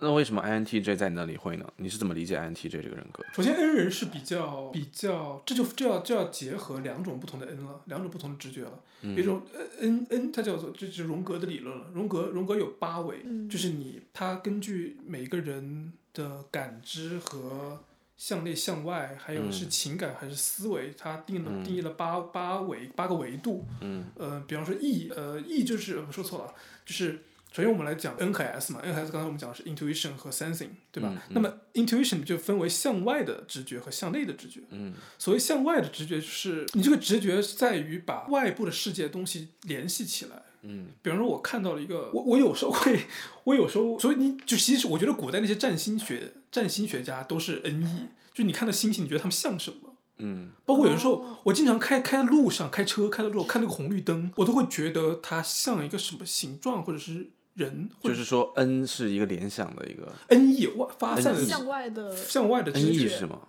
S1: 那为什么 INTJ 在你那里会呢？你是怎么理解 INTJ 这个人格？
S2: 首先，N 人是比较比较，这就这要这要结合两种不同的 N 了，两种不同的直觉了。
S1: 嗯
S2: 一种 N N 呃它叫做这是荣格的理论了，荣格荣格有八维，
S3: 嗯
S2: 就是你他根据每个人的感知和向内向外，还有
S1: 嗯
S2: 是情感还是思维，他定了、
S1: 嗯
S2: 定义了八八维八个维度。
S1: 嗯
S2: 呃，比方说 E，呃，E 就是呃说错了，就是首先我们来讲 N 和 S 嘛，N 和 S 刚才我们讲的是 intuition 和 sensing，对吧？
S1: 嗯嗯
S2: 那么 intuition 就分为向外的直觉和向内的直觉。
S1: 嗯
S2: 所谓向外的直觉，就是你这个直觉是在于把外部的世界东西联系起来。
S1: 嗯
S2: 比方说，我看到了一个，我我有时候会，我有时候，所以你就其实我觉得古代那些占星学占星学家都是 N E，就你看到星星，你觉得他们像什么？
S1: 嗯
S2: 包括有的时候
S3: 哦，
S2: 我经常开开路上开车开到路上看那个红绿灯，我都会觉得它像一个什么形状，或者是人，或
S1: 就
S2: 者
S1: 是说 N 是一个联想的一个
S2: N E 外发散的
S3: 嗯向外的
S2: 向外的
S1: N
S2: 直
S1: E
S2: 觉
S1: 是吗？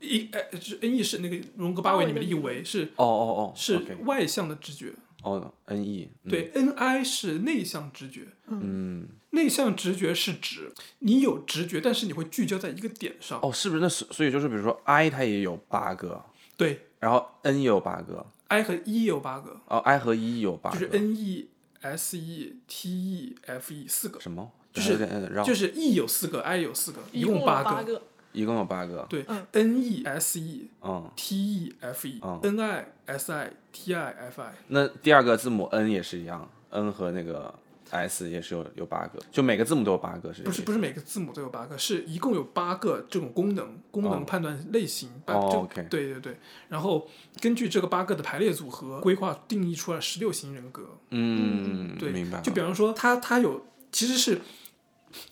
S2: 一呃，是 N E 是那个荣格八维里面的一维，是
S1: 哦哦哦，
S2: 是
S1: OK
S2: 外向的直觉，
S1: 哦 N E
S2: 对，N I 是内向直觉。
S1: 嗯
S2: 内向直觉是指你有直觉，但是你会聚焦在一个点上。
S1: 哦是不是？那是所以就是比如说 I 它也有八个，
S2: 对
S1: 然后 N 也有八个，
S2: ，I 和 E 有八个，
S1: 哦 I 和 E 有八
S2: 就
S1: 个，
S2: 是 N E、S E、T E、F E 四个。
S1: 什么？
S2: 就是
S1: 有点有点绕
S2: 就，是 E 有四个，I 有四个，
S3: 一
S2: 共
S3: 有
S2: 八
S3: 八
S2: 个。
S3: 个，
S1: 啊一共有八个，
S2: 对
S3: 嗯
S2: ，N E S E
S1: 嗯。
S2: T E F E
S1: 嗯
S2: N I S I T I F I，
S1: 那第二个字母 N 也是一样，N 和那个 S 也是有有八个，就每个字母都有八个，是
S2: 不是不
S1: 是
S2: 是每个字母都有八个，是一共有八个这种功能，功能
S1: 哦
S2: 判断类型。
S1: 哦
S2: 就
S1: OK
S2: 对对对，然后根据这个八个的排列组合，规划定义出来十六型人格。
S1: 嗯，
S2: 对，
S1: 明白了。
S2: 就比方说它，它有其实是，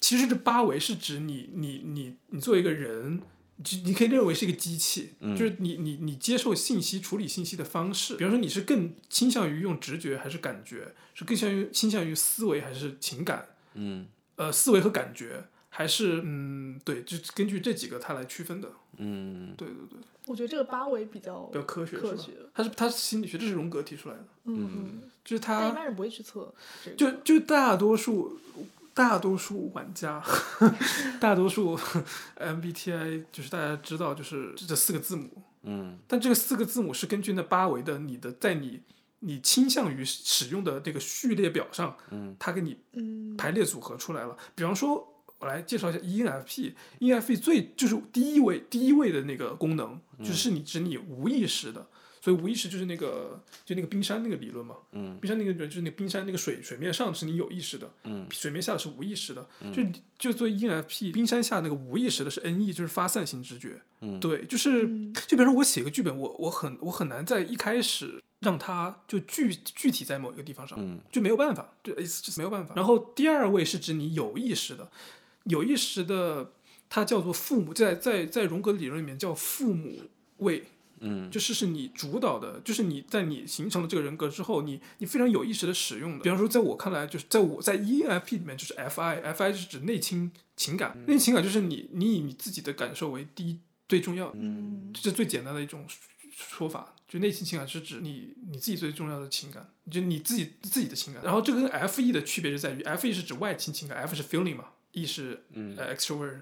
S2: 其实这八维是指你你你你作为一个人，就你可以认为是一个机器，就是你你你接受信息、处理信息的方式，比方说你是更倾向于用直觉还是感觉，是更向于倾向于思维还是情感，
S1: 嗯
S2: 呃，思维和感觉还是嗯，对，就根据这几个它来区分的，
S1: 嗯，
S2: 对对对，
S3: 我觉得这个八维比较
S2: 比较科学，是
S3: 科学
S2: 吧？，它是它是心理学，这是荣格提出来的，
S3: 嗯，嗯
S2: 就是
S3: 但
S2: 它
S3: 一般人不会去测这个，
S2: 就就大多数大多数玩家， [LAUGHS] 大多数 MBTI 就是大家知道就是这四个字母，
S1: 嗯，
S2: 但这个四个字母是根据那八维的你的在你你倾向于使用的这个序列表上，
S1: 嗯，
S2: 它给你
S3: 嗯，
S2: 排列组合出来了。比方说，我来介绍一下 ENFP，ENFP 最就是第一位第一位的那个功能，就是你指你无意识的。所以无意识就是那个，就那个冰山那个理论嘛，
S1: 嗯，
S2: 冰山那个理论就是那个冰山那个水水面上是你有意识的，
S1: 嗯，
S2: 水面下的是无意识的，就就做 E ENFP 冰山下那个无意识的是 NE，就是发散型直觉，
S1: 嗯
S2: 对，就是
S3: 嗯
S2: 就比如说我写个剧本，我我很我很难在一开始让它就具具体在某一个地方上，
S1: 嗯
S2: 就没有办法，就 it's just 没有办法。然后第二位是指你有意识的，有意识的，它叫做父母，在在在荣格理论里面叫父母位，
S1: 嗯
S2: 就是是你主导的，就是你在你形成了这个人格之后，你你非常有意识的使用的。比方说，在我看来，就是在我在 E ENFP 里面，就是 FI，FI 是指内倾情感，内倾情感就是你你以你自己的感受为第一最重要，
S3: 嗯
S2: 这是最简单的一种说法。就内倾情感是指你你自己最重要的情感，就你自己自己的情感。然后这跟 FE 的区别就在于，FE 是指外倾情感，F 是 feeling 嘛，E 是
S1: 嗯
S2: 呃 extrovert。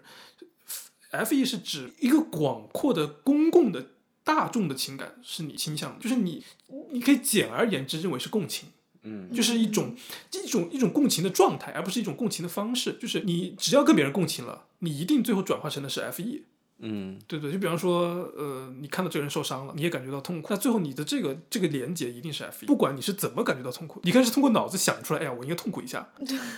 S2: F E 是指一个广阔的、公共的、大众的情感是你倾向的，就是你，你可以简而言之认为是共情，
S1: 嗯
S2: 就是一种一种一种共情的状态，而不是一种共情的方式。就是你只要跟别人共情了，你一定最后转化成的是 F E。
S1: 嗯
S2: 对对，就比方说，呃，你看到这个人受伤了，你也感觉到痛苦，那最后你的这个这个连接一定是 F 一，不管你是怎么感觉到痛苦，你可以是通过脑子想出来，哎呀，我应该痛苦一下，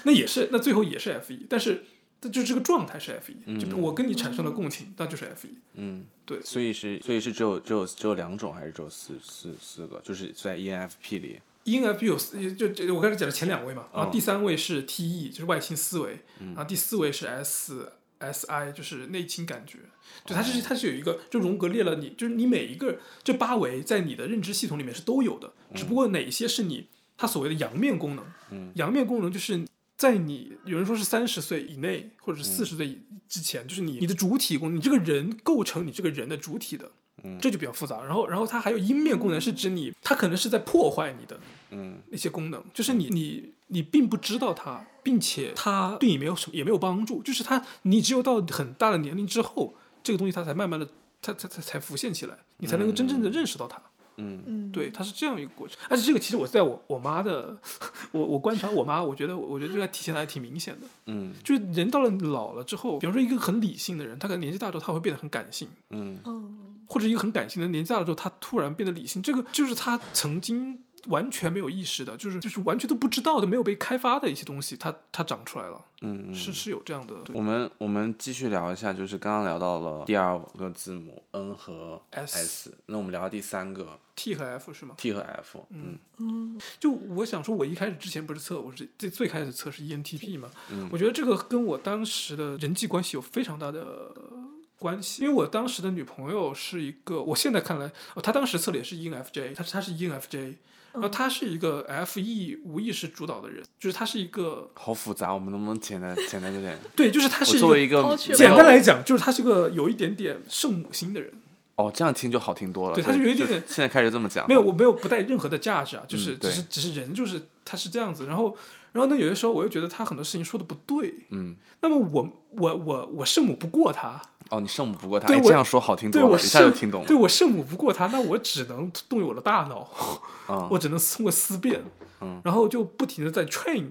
S2: 那也是，那最后也是 F 一，但是但就是这个状态是 F 一，就我跟你产生了共情，那就是 F 一，
S1: 嗯，
S2: 对
S1: 所以是所以是只有只有只有两种还是只有四四四个？就是在 E ENFP 里，
S2: 因 F 有四就就我刚才讲的前两位嘛，然
S1: 嗯
S2: 后第三位是 T E，就是外倾思维，然后第四位是 S S I，就是内倾感觉。就它
S1: 哦
S2: 是它是有一个，就荣格列了你，就是你每一个这八维在你的认知系统里面是都有的，只不过哪些是你它所谓的阳面功能，
S1: 嗯
S2: 阳面功能就是在你有人说是三十岁以内，或者是四十
S1: 嗯
S2: 岁以之前，就是你你的主体功能，你这个人构成你这个人的主体的，
S1: 嗯
S2: 这就比较复杂。然后，然后它还有阴面功能，是指你它可能是在破坏你的
S1: 嗯
S2: 那些功能，就是你你你并不知道它，并且它对你没有什么也没有帮助，就是它你只有到很大的年龄之后，这个东西它才慢慢的它它它才浮现起来，你才能够真正的认识到它。
S1: 嗯
S3: 嗯
S2: 对，，它是这样一个过程。而且这个其实我在我我妈的， [LAUGHS] 我我观察我妈，我觉得我觉得这个体现的还挺明显的。
S1: 嗯
S2: 就是人到了老了之后，比方说一个很理性的人，他可能年纪大之后他会变得很感性，
S1: 嗯
S3: 嗯
S2: 或者一个很感性的人年纪大了之后他突然变得理性，这个就是他曾经完全没有意识的，就是就是完全都不知道的、没有被开发的一些东西，它它长出来了，
S1: 嗯，
S2: 是是有这样的。对
S1: 我们我们继续聊一下，就是刚刚聊到了第二个字母 N 和
S2: S
S1: S，那我们聊第三个
S2: T 和 F 是吗？
S1: T 和 F，嗯
S3: 嗯
S2: 就我想说，我一开始之前不是测，我是最最开始测是 E ENTP 嘛，
S1: 嗯
S2: 我觉得这个跟我当时的人际关系有非常大的呃关系，因为我当时的女朋友是一个，我现在看来，哦，她当时测的也是 ENFJ，她是她是 E ENFJ，然后她是一个 FE 无意识主导的人，就是她是一个，
S1: 好复杂，我们能不能
S2: [LAUGHS]
S1: 简单简单一点？
S2: 对，就是她
S1: 我
S2: 是一
S1: 作为
S2: 个。
S1: 一个
S3: 抛弃
S2: 简单
S3: 了
S2: 来讲，就是她是个有一点点圣母心的人，
S1: 哦，这样听就好听多了。
S2: 对他就有一点点
S1: 现在开始这么讲，
S2: 没有，我没有不带任何的价值啊，就是、
S1: 嗯
S2: 只
S1: 对
S2: 是只是人，就是他是这样子。然后，然后呢，有些时候我又觉得他很多事情说的不对，
S1: 嗯，
S2: 那么我我我我圣母不过他，
S1: 哦，你圣母不过他，
S2: 对
S1: 哎
S2: 我
S1: 这样说好听
S2: 对
S1: 多了，
S2: 我
S1: 一下就
S2: 圣
S1: 听懂
S2: 对
S1: 了。
S2: 我圣母不过他，那我只能动用我的大脑，
S1: 嗯
S2: 我只能通过思辨，
S1: 嗯
S2: 然后就不停的在 train，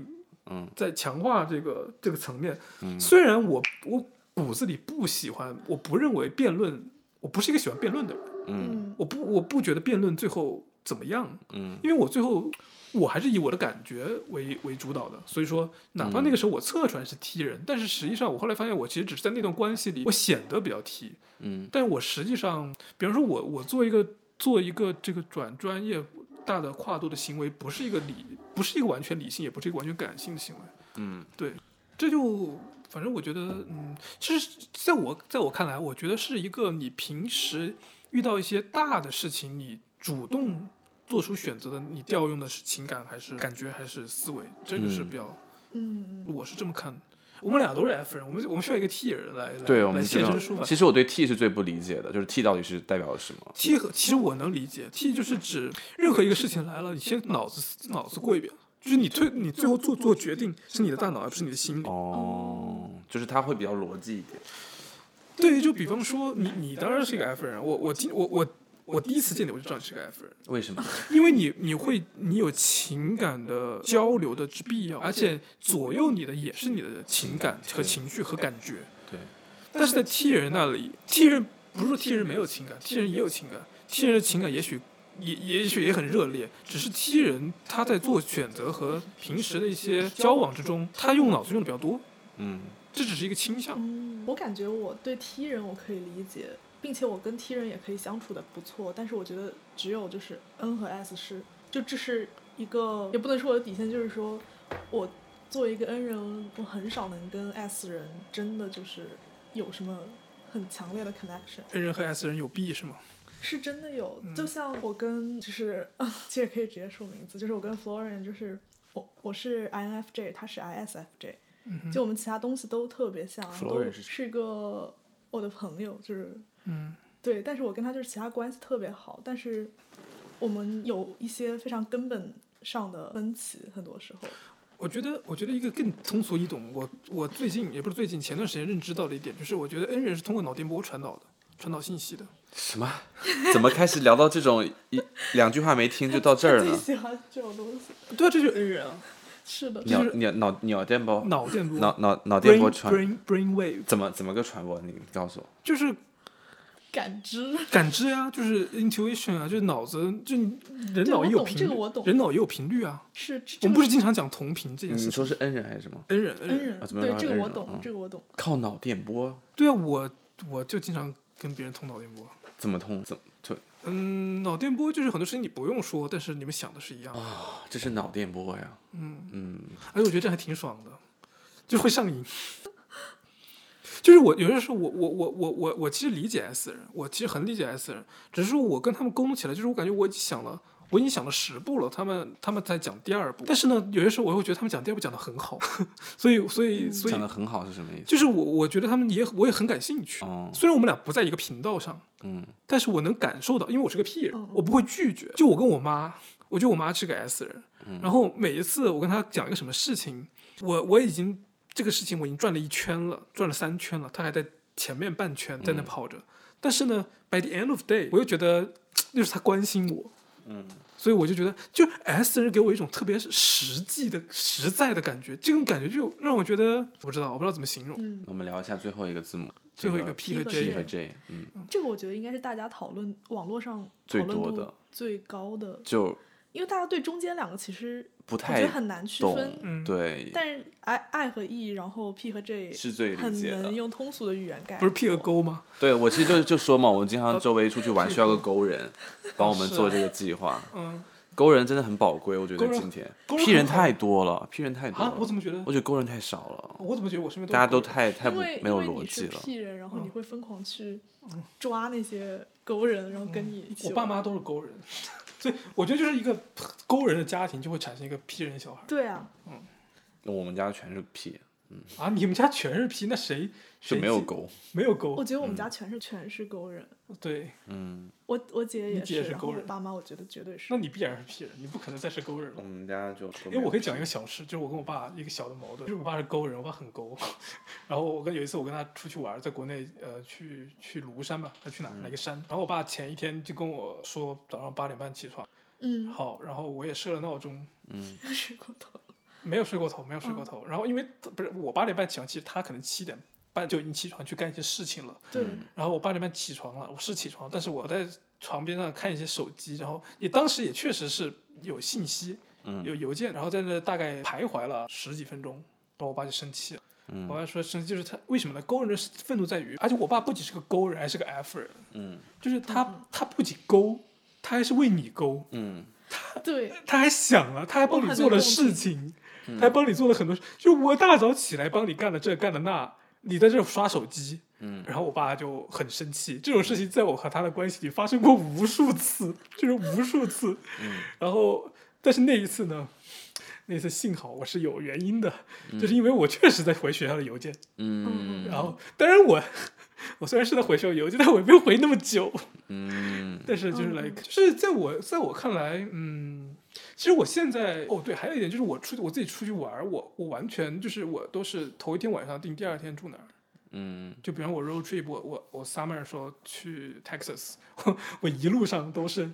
S1: 嗯，
S2: 在强化这个这个层面。虽然我我骨子里不喜欢，我不认为辩论，我不是一个喜欢辩论的人，
S1: 嗯
S3: 嗯
S2: 我不我不觉得辩论最后怎么样，
S1: 嗯
S2: 因为我最后我还是以我的感觉为为主导的，所以说哪怕那个时候我测出来是 T 人，但是实际上我后来发现我其实只是在那段关系里我显得比较 T，
S1: 嗯
S2: 但我实际上，比方说我我做一个做一个这个转专业大的跨度的行为，不是一个理不是一个完全理性，也不是一个完全感性的行为，
S1: 嗯
S2: 对，这就反正我觉得，嗯，其实在我在我看来，我觉得是一个你平时遇到一些大的事情，你主动做出选择的，你调用的是情感还是感觉还是思维，这个是比较，
S3: 嗯，
S2: 我是这么看的。我们俩都是 F 人，我们我们需要一个 T 人来来
S1: 对我
S2: 来
S1: 们
S2: 现
S1: 这
S2: 身说
S1: 种，
S2: 法。
S1: 其实我对 T 是最不理解的，就是 T 到底是代表了什么？
S2: T 和其实我能理解，T 就是指任何一个事情来了，你先脑子脑子过一遍，就是你最你最后做做决定是你的大脑，而不是你的心理。
S1: 哦，
S2: 嗯
S1: 就是它会比较逻辑一点。
S2: 对，就比方说你你当然是一个 F 人，我我今我我我第一次见你我就知道你是个 F 人，
S1: 为
S2: [LAUGHS]
S1: 什么？
S2: 因为你你会你有情感的 [LAUGHS] 交流的之必要，而且左右你的也是你的情感和情绪和感觉。
S1: 对，
S2: 但是在 T 人那里，T 人不是说 T 人没有情感，T 人也有情感，T 人的情感也许也也许也很热烈，只是 T 人他在做选择和平时的一些交往之中，他用脑子用的比较多，
S1: 嗯，
S2: 这只是一个倾向。
S3: 嗯，我感觉我对 T 人我可以理解，并且我跟 T 人也可以相处的不错，但是我觉得只有就是 N 和 S 是，就这是一个也不能说我的底线，就是说我作为一个 N 人，我很少能跟 S 人真的就是有什么很强烈的 connection。
S2: N 人和 S 人有 B 是吗？
S3: 是真的有，就像我跟就是， [LAUGHS] 其实可以直接说名字，就是我跟 Florian，就是我我是 INFJ，他是 ISFJ，、就
S2: 嗯
S3: 我们其他东西都特别像，
S1: Florian
S3: 都
S1: 是
S3: 是个我的朋友，就是
S2: 嗯，
S3: 对，但是我跟他就是其他关系特别好，但是我们有一些非常根本上的分歧，很多时候，
S2: 我觉得我觉得一个更通俗易懂，我我最近也不是最近，前段时间认知到的一点就是，我觉得 N 人是通过脑电波传导的，传导信息的。
S1: 什么？怎么开始聊到这种一两句话没听就到这儿
S3: 他最
S1: 了？
S3: 喜欢这种东西，
S2: 对啊，这就是 N 人啊，
S3: 是的，
S1: 鸟
S2: [LAUGHS] 就是
S1: 鸟脑鸟电波，
S2: 脑电
S1: [LAUGHS]
S2: 波，
S1: 脑脑脑电波
S2: brain-
S1: 传
S2: brain brain wave，
S1: 怎么怎么个传播？你告诉我。
S2: 就是
S3: 感知，
S2: 感知呀、就是 intuition 啊，就是脑子，就你人
S3: 对
S2: 脑
S3: 我
S2: 也有
S3: 懂
S2: 频率，
S3: 这个我懂
S2: 人脑也有频率啊。
S3: 是这
S2: 我
S3: 这
S2: 们不
S3: 个
S2: 是经常讲同频这件事
S1: 你嗯
S2: 情。
S1: 说是 N 人还是什么？
S2: N 人，N
S3: N
S2: 人，
S3: 人，
S1: 啊怎么
S3: 对
S1: 说
S3: 这个
S1: N
S3: 我
S1: 人
S3: 懂
S1: 嗯，
S3: 这个我懂。
S1: 靠脑电波
S2: 对啊，我我就经常跟别人通脑电波。
S1: 怎么通？怎么就
S2: 嗯，脑电波就是很多事情你不用说，但是你们想的是一样的。
S1: 啊这是脑电波呀？
S2: 嗯，
S1: 嗯，
S2: 而且我觉得这还挺爽的，就会上瘾。 [LAUGHS] 就是我有些时候我，我我我我我其实理解 S 人，我其实很理解 S 人，只是说我跟他们沟通起来，就是我感觉我已经想了，我已经想了十步了，他们他们在讲第二步，但是呢，有些时候我又觉得他们讲第二步讲的很好， [LAUGHS] 所以所以所以
S1: 讲的很好是什么意思？
S2: 就是我我觉得他们也我也很感兴趣，
S1: 哦，
S2: 虽然我们俩不在一个频道上，
S1: 嗯，
S2: 但是我能感受到，因为我是个 P 人，
S3: 嗯
S2: 我不会拒绝。就我跟我妈，我觉得我妈是个 S 人，然后每一次我跟她讲一个什么事情，我我已经这个事情我已经转了一圈了，转了三圈了，她还在前面半圈在那跑着。但是呢，by the end of day，我又觉得那是她关心我，
S1: 嗯，
S2: 所以我就觉得，就 S 人给我一种特别实际的、实在的感觉，这种感觉就让我觉得，我不知道，我不知道怎么形容。
S3: 嗯，
S1: 我们聊一下最后一个字母，
S2: 最后一
S1: 这
S2: 个 P 和
S3: 和
S1: P
S2: J，
S1: 和 J，嗯，
S3: 这个我觉得应该是大家讨论网络上
S1: 最
S3: 讨论
S1: 多
S3: 度
S1: 的
S3: 最高的，
S1: 就
S3: 因为大家对中间两个其实
S1: 不
S3: 我觉得
S1: 太
S3: 很难区分，
S1: 懂，
S2: 嗯
S1: 对，
S3: 但是爱爱和 E，然后 P 和 J
S1: 是最理
S3: 很
S1: 解
S3: 能
S1: 的。
S3: 用通俗的语言概
S2: 不是 P 和勾吗？
S1: 对我其实就就说嘛，我们经常周围出去玩需要个勾
S2: [LAUGHS]
S1: 人，帮我们
S2: 是
S1: 做
S2: 啊
S1: 这个计划。
S2: 嗯，
S1: 勾人真的很宝贵，我觉
S2: 勾
S1: 得
S2: 人
S1: 今天
S2: 勾人
S1: P 人
S2: 很
S1: 太多了，P 人太多
S2: 啊
S1: 了，，
S2: 我怎么觉得
S1: 我觉得勾人太少了，
S2: 我怎么觉得我身边都
S1: 大家
S2: 是狗
S1: 都
S2: 人
S1: 太太
S3: 因
S1: 不
S3: 为
S1: 没有
S3: 因为
S1: 逻
S3: 你
S1: 辑
S3: 是
S1: 了。
S3: P 人，然后
S2: 嗯
S3: 你会疯狂去抓那些勾人，然后跟你一起
S2: 我
S3: 玩。
S2: 爸妈都是勾人， [LAUGHS] 所以我觉得就是一个勾人的家庭就会产生一个 P 人小孩
S3: 对啊，
S1: 我们家全是 P，
S2: 啊！你们家全是 P，那谁
S1: 就
S2: 谁
S1: 没有勾。
S2: 没有
S3: 我
S2: 勾？
S3: 觉得我们家全是全是勾人，
S2: 对，
S1: 嗯，
S3: 我我姐
S2: 你
S3: 也
S2: 姐也是
S3: 然后
S2: 勾
S3: 我
S2: 人
S3: 爸妈我觉得绝对是
S2: 那。你必然是 P 人，你不可能再是勾人了。
S1: 们家就
S2: 因为我可以讲一个小事，就是我跟我爸一个小的矛盾，就是我爸是勾人，我爸很勾。 [LAUGHS] 然后我跟有一次我跟他出去玩，在国内呃去去庐山吧，还去哪儿
S1: 嗯
S2: 哪个山？然后我爸前一天就跟我说早上八点半起床，
S3: 嗯，
S2: 好，然后我也设了闹钟，
S3: [LAUGHS] 水果头。
S2: 没有睡过头，没有睡过头。然后因为他不是我八点半起床，其实他可能七点半就已经起床去干一些事情了。
S3: 对，
S1: 嗯
S2: 然后我八点半起床了，我是起床，但是我在床边上看一些手机，然后也当时也确实是有信息，
S1: 嗯
S2: 有邮件，然后在那大概徘徊了十几分钟，然后我爸就生气了。
S1: 嗯
S2: 我爸说生气就是他为什么呢？勾人的愤怒在于，而且我爸不仅是个勾人，还是个 F 人，
S1: 嗯
S2: 就是他他不仅勾，他还是为你勾。
S1: 嗯，
S3: 对，
S2: 他还想了，他还帮你做了事情，他还帮你做了很多事，就我大早起来帮你干了这干了那，你在这刷手机，
S1: 嗯，
S2: 然后我爸就很生气。这种事情在我和他的关系里发生过无数次， [LAUGHS] 就是无数次，
S1: 嗯，
S2: 然后但是那一次呢，那次幸好我是有原因的，就是因为我确实在回学校的邮件，
S1: 嗯
S2: 然后当然我 [LAUGHS] 我虽然是在回学校邮件，但我也没有回那么久，
S1: 嗯
S2: 但是就是
S3: 嗯
S2: like，、就是在我在我看来，嗯，其实我现在哦对，还有一点就是我出去我自己出去玩儿，我我完全就是我都是头一天晚上定，第二天住哪儿。
S1: 嗯
S2: 就比方我 road trip，我我我 summer 的时候去 Texas，我 [LAUGHS] 我一路上都是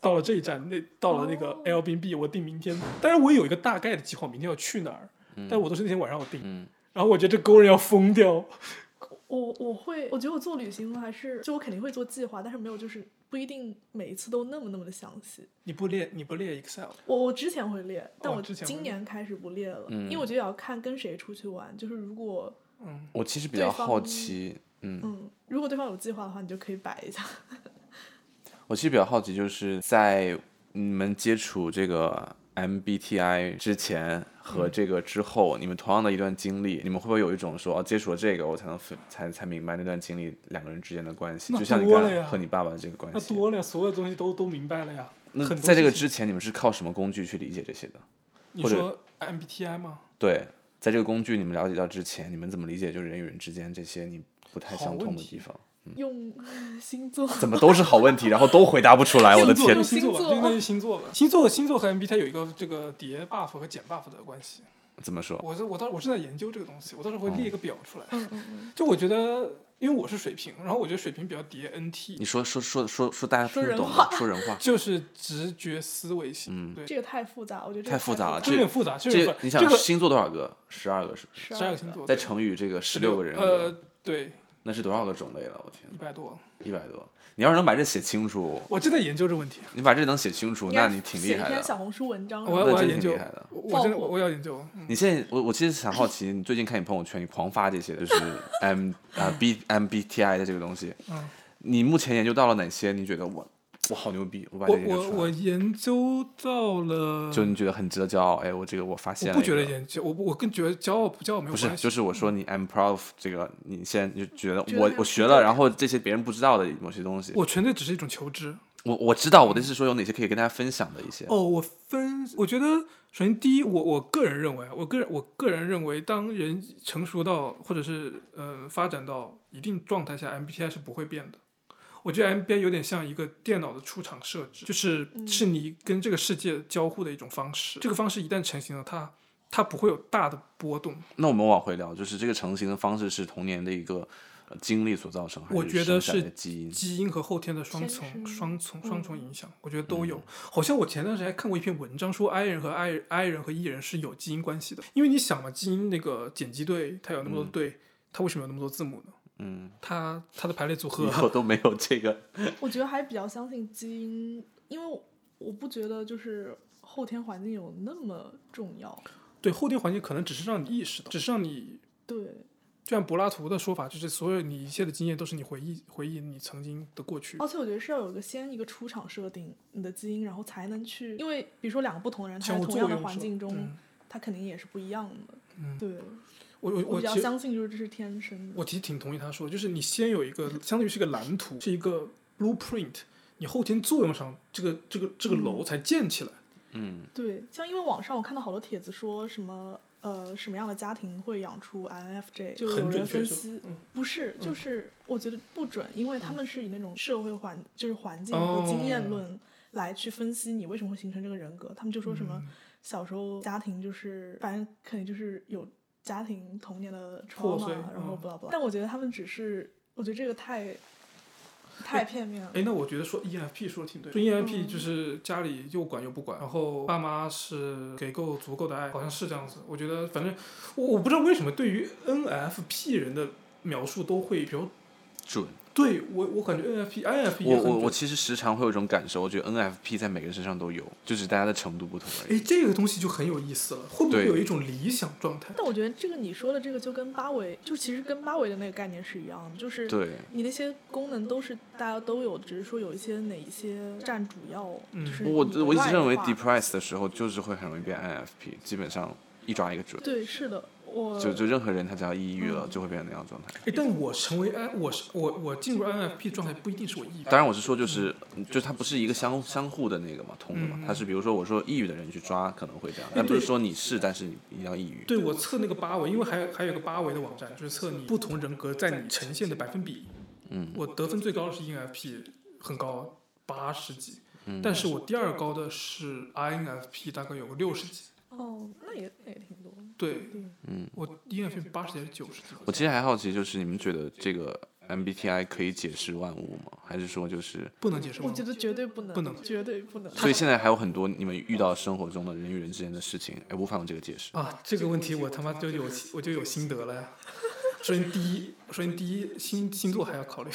S2: 到了这一站，那到了那个
S3: 哦
S2: Airbnb，我定明天。当然我有一个大概的计划，明天要去哪儿，但我都是那天晚上我定。
S1: 嗯
S2: 然后我觉得这工人要疯掉，
S3: 我我会，我觉得我做旅行还是就我肯定会做计划，但是没有就是不一定每一次都那么那么的详细。
S2: 你不列你不列 Excel，
S3: 我我之前会列，但
S2: 哦
S3: 我
S2: 之前会
S3: 今
S2: 列
S3: 年开始不列了，
S1: 嗯
S3: 因为我觉得也要看跟谁出去玩。就是如果
S2: 嗯，
S1: 我其实比
S3: 对
S1: 较
S3: 方
S1: 好奇，嗯，
S3: 嗯，如果对方有计划的话，你就可以摆一下。
S1: 我其实比较好奇，就是在你们接触这个 MBTI 之前和这个之后，你们同样的一段经历，你们会不会有一种说，哦，接触了这个，我才能分才才明白那段经历两个人之间的关系，
S2: 那
S1: 就像你
S2: 多
S1: 刚
S2: 了
S1: 才
S2: 呀
S1: 和你爸爸的这个关
S2: 那
S1: 系。
S2: 多了呀，所有东西都都明白了呀。
S1: 那
S2: 很多
S1: 在这个
S2: 事
S1: 之
S2: 情
S1: 前，你们是靠什么工具去理解这些的？
S2: 你
S1: 或者
S2: 说 MBTI 吗？
S1: 对，在这个工具你们了解到之前，你们怎么理解就是人与人之间这些你不太
S2: 好
S1: 相
S2: 问
S1: 通的
S2: 题
S1: 地方？
S3: [LAUGHS] 用嗯星座，
S1: 怎么都是好问题，然后都回答不出哎来，我的
S2: 星座
S1: 天
S2: 就！星座吧，就
S3: 星座
S2: 应该是星座吧。星座星座和 MBTI 有一个这个叠 buff 和减 buff 的关系。
S1: 怎么说？
S2: 我是我到我正在研究这个东西，我到时候会列一个表出来。
S1: 哦
S3: 嗯嗯 [LAUGHS] 嗯，
S2: 就我觉得，因为我是水瓶，然后我觉得水瓶比较叠
S1: 你
S2: NT，
S1: 说说说说说大家
S3: 说
S1: 听得
S3: 人
S1: 懂的
S3: 话，
S1: 说人话。
S2: 就是直觉思维型。
S1: 嗯
S2: 对，
S3: 这个太复杂，我觉得这个
S1: 太复杂了
S2: 这
S1: 这
S2: 有点复杂，这有
S1: 这
S2: 点
S1: 你
S2: 复杂。
S1: 想
S2: 这个
S1: 星座多少个？十二个是不是？
S3: 十
S2: 十二
S3: 二
S2: 个星座，
S1: 再乘以这个十六个人格，
S2: 呃，对，
S1: 那是多少个种类了？我天
S2: 一，百多。
S1: 一百多！你要是能把这写清楚，
S2: 我正在研究这个问题，
S1: 你把这能写清楚，那你挺厉害
S3: 写一篇
S1: 的。
S3: 小红书文章，
S2: 我要
S1: 那
S2: 我要
S1: 真
S2: 研
S1: 挺
S2: 究
S1: 厉害的，
S2: 我我真的
S3: 爆火
S2: 我要研究。嗯
S1: 你现在我我其实很好奇，你最近看你朋友圈，你狂发这些就是 [LAUGHS] M 啊 B MBTI 的这个东西，
S2: 嗯
S1: 你目前研究到了哪些？你觉得我我好牛逼，我把这
S2: 我
S1: 个研究
S2: 我
S1: 出来
S2: 我
S1: 了，
S2: 研究到了，
S1: 就你觉得很值得骄傲？哎，我这个我发现
S2: 我
S1: 了，
S2: 不觉得研究，我不我跟觉得骄傲不骄傲没有
S1: 不是，
S2: 关系。
S1: 就是我说你 I'm proud of 这个，你现在就觉得
S3: 觉得
S1: 我
S3: 很有
S1: 我学
S3: 成
S1: 了，
S3: 就感
S1: 然后这些别人不知道的某些东西，
S2: 我纯粹只是一种求知。
S1: 我我知道我的意思是说有哪些可以跟大家分享的一些，
S2: 哦，我分，我觉得首先第一，我我个人认为，啊我个人我个人认为，当人成熟到或者是呃发展到一定状态下，MBTI 是不会变的。我觉得 MBTI 有点像一个电脑的出厂设置，就是
S3: 嗯
S2: 是你跟这个世界交互的一种方式。这个方式一旦成型了，它它不会有大的波动。
S1: 那我们往回聊，就是这个成型的方式是童年的一个呃经历所造成，还
S2: 我觉
S1: 生
S2: 得
S1: 下来
S2: 是
S1: 的基因？ [LAUGHS]
S2: 基因和后天的双重
S3: 天生
S2: 双重
S3: 嗯
S2: 双重影响，我觉得都有。
S1: 嗯
S2: 好像我前段时间还看过一篇文章，说 I 人和 I I 人和 E 人是有基因关系的，因为你想嘛，基因那个碱基对它有那么多对，它为什么有那么多字母呢？
S1: 嗯，
S2: 它它的排列组合
S1: 以，后都没有这个，
S3: 我觉得还比较相信基因，因为我不觉得就是后天环境有那么重要。
S2: 对后天环境可能只是让你意识到，只是让你。
S3: 对，
S2: 就像柏拉图的说法，就是所有你一切的经验都是你回忆回忆你曾经的过去。
S3: 而且我觉得是要有一个先一个出厂设定，你的基因，然后才能去，因为比如说两个不同的人，他
S2: 相
S3: 在
S2: 互
S3: 同
S2: 作
S3: 样
S2: 用
S3: 的
S2: 是吧
S3: 环境中，
S2: 嗯
S3: 他肯定也是不一样的。
S2: 嗯
S3: 对，
S2: 我我
S3: 我比较
S2: 其实
S3: 相信就是这是天生的。
S2: 我其实挺同意他说的，就是你先有一个，相当于是一个蓝图，是一个 blueprint，你后天作用上这个这个这个楼才建起来。
S1: 嗯
S3: 对，像因为网上我看到好多帖子说什么。呃，什么样的家庭会养出 INFJ？就有
S2: 很准
S3: 人
S2: 确
S3: 分
S2: 是吧
S3: 析，
S2: 嗯
S3: 不是，就是我觉得不准，因为他们是以那种社会环，就是环境
S2: 哦
S3: 和经验论来去分析你为什么会形成这个人格。他们就说
S2: 嗯
S3: 什么小时候家庭就是，反正肯定就是有家庭童年的
S2: 破
S3: trauma，
S2: 碎
S3: 然后
S2: 嗯
S3: 不拉不拉。但我觉得他们只是，我觉得这个太太片面了。
S2: 哎，那我觉得说 ENFP 说的 E 挺对，说 ENFP
S3: 嗯
S2: 就是家里又管又不管，然后爸妈是给够足够的爱，好像是这样子。我觉得反正我我不知道为什么对于 NFP 人的描述都会比较
S1: 准
S2: 对我我感觉 NFP INFP
S1: 我
S2: 也很
S1: 我我
S2: 准
S1: 其实时常会有一种感受，我觉得 NFP 在每个人身上都有，就只是大家的程度不同而已。
S2: 哎，这个东西就很有意思了，会不会
S1: 对
S2: 有一种理想状态？
S3: 但我觉得这个你说的这个就跟八维，就其实跟八维的那个概念是一样的，就是
S1: 对，
S3: 你那些功能都是大家都有，只是说有一些哪一些占主要。
S2: 嗯
S3: 就是
S1: 我
S3: 以
S1: 我一
S3: 外
S1: 直
S3: 的
S1: 认为
S3: 话
S1: depressed 的时候就是会很容易变 INFP，基本上一抓一个准。
S3: 对，是的，我
S1: 就就任何人他只要抑郁
S2: 嗯
S1: 了，就会变成那样的状态。
S2: 哎，但我成为 I，我是我我进入 INFP 状态不一定是我抑郁，
S1: 当然，我是说，就是就是它不是一个相相互的那个嘛，通的嘛
S2: 嗯。
S1: 它是比如说，我说抑郁的人去抓可能会这样，
S2: 哎
S1: 但不是
S2: 对
S1: 说你是，但是你一定要抑郁。
S2: 对我测那个八维，因为还有还有一个八维的网站，就是测你不同人格在你呈现的百分比。
S1: 嗯
S2: 我得分最高的是 E ENFP，很高，八十几。
S1: 嗯
S2: 但是我第二高的是 INFP，大概有个六十几。
S3: 哦，那也那也挺多的。
S2: 对
S3: 嗯
S1: 嗯，
S2: 我 E ENFP 八十几还是九十几？
S1: 我其实还好奇，就是你们觉得这个 MBTI 可以解释万物吗？还是说就是？
S2: 不能接受
S3: 我
S2: 吗
S3: 觉？得绝对不能，
S2: 不能
S3: 绝对不能。
S1: 所以现在还有很多你们遇到生活中的人与人之间的事情，哎，无法用这个解
S3: 哦
S1: 释。
S2: 啊，这个问题我他妈就有我就有心得了呀。首先第一，首先第一星星座还要考虑。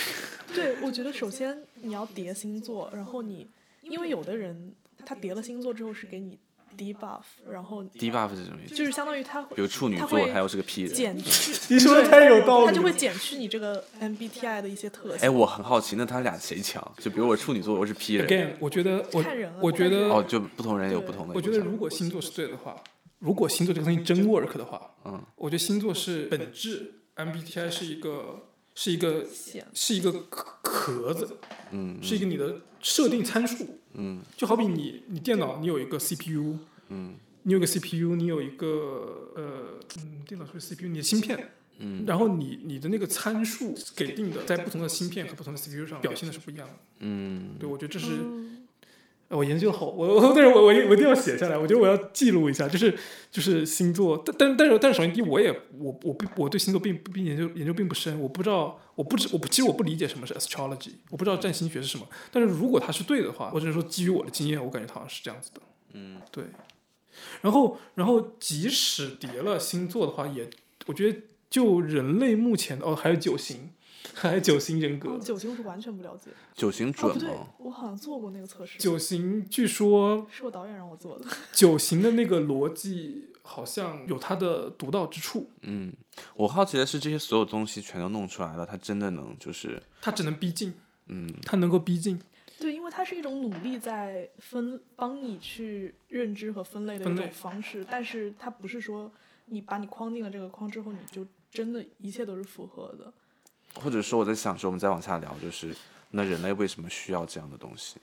S3: 对，我觉得首先你要叠星座，然后你因为有的人他叠了星座之后是给你 debuff，然后
S1: debuff 是什么意思？
S3: 就是相当于他
S1: 比
S3: 会
S1: 如处女
S3: 他
S1: 座，
S3: 会
S1: 还有是个 P 人。
S3: 减
S2: [LAUGHS]
S3: 去，
S2: 你说的
S3: 对
S2: 太有道理
S3: 他就
S2: 了
S3: 会减去你这个 MBTI 的一些特
S1: 哎，
S3: 性。
S1: 我很好奇，那他俩谁强？就比如我处女座，我是 P 人，
S2: Again，我觉得我
S3: 看人啊
S2: 我觉得
S1: 哦，就不同人有不同的
S2: 我
S1: 影响。
S2: 觉得如果星座是对的话，如果星座这个东西真 work 的话，
S1: 嗯，
S2: 我觉得星座是本质，MBTI 是一个是一个
S3: 显
S2: 是一个壳壳子，
S1: 嗯
S2: 是一个你的设定参数，
S1: 嗯
S2: 就好比你你电脑你有一个 CPU，
S1: 嗯
S2: 你有个 CPU，你有一个呃嗯电脑是 CPU，你的芯片，
S1: 嗯，
S2: 然后你你的那个参数给定的，在不同的芯片和不同的 CPU 上表现的是不一样的。
S1: 嗯，
S2: 对，我觉得这是。
S3: 嗯
S2: 我研究好，我我但是我我一我一定要写下来，我觉得我要记录一下，就是就是星座，但但但是但是首先第一，我也我我并我对星座并并研究研究并不深，我不知道我不知我不其实我不理解什么是 astrology，我不知道占星学是什么，但是如果它是对的话，我只能说基于我的经验，我感觉它好像是这样子的，
S1: 嗯，
S2: 对。然后然后即使叠了星座的话，也我觉得就人类目前的哦还有九型，还有九型人格，
S3: 哦九型我是完全不了解。
S1: 九型
S3: 哦，不
S1: 准
S3: 对
S1: 吗？，
S3: 我好像做过那个测试，
S2: 九型据说
S3: 是我导演让我做的。
S2: 九型的那个逻辑好像有它的独到之处，
S1: 嗯，我好奇的是，这些所有东西全都弄出来了，它真的能就是
S2: 它只能逼近，
S1: 嗯
S2: 它能够逼近。
S3: 对，因为它是一种努力在分帮你去认知和分类的
S2: 分
S3: 一
S2: 类
S3: 种方式，但是它不是说你把你框定了这个框之后，你就真的一切都是符合的。
S1: 或者说我在想说，我们再往下聊，就是那人类为什么需要这样的东西，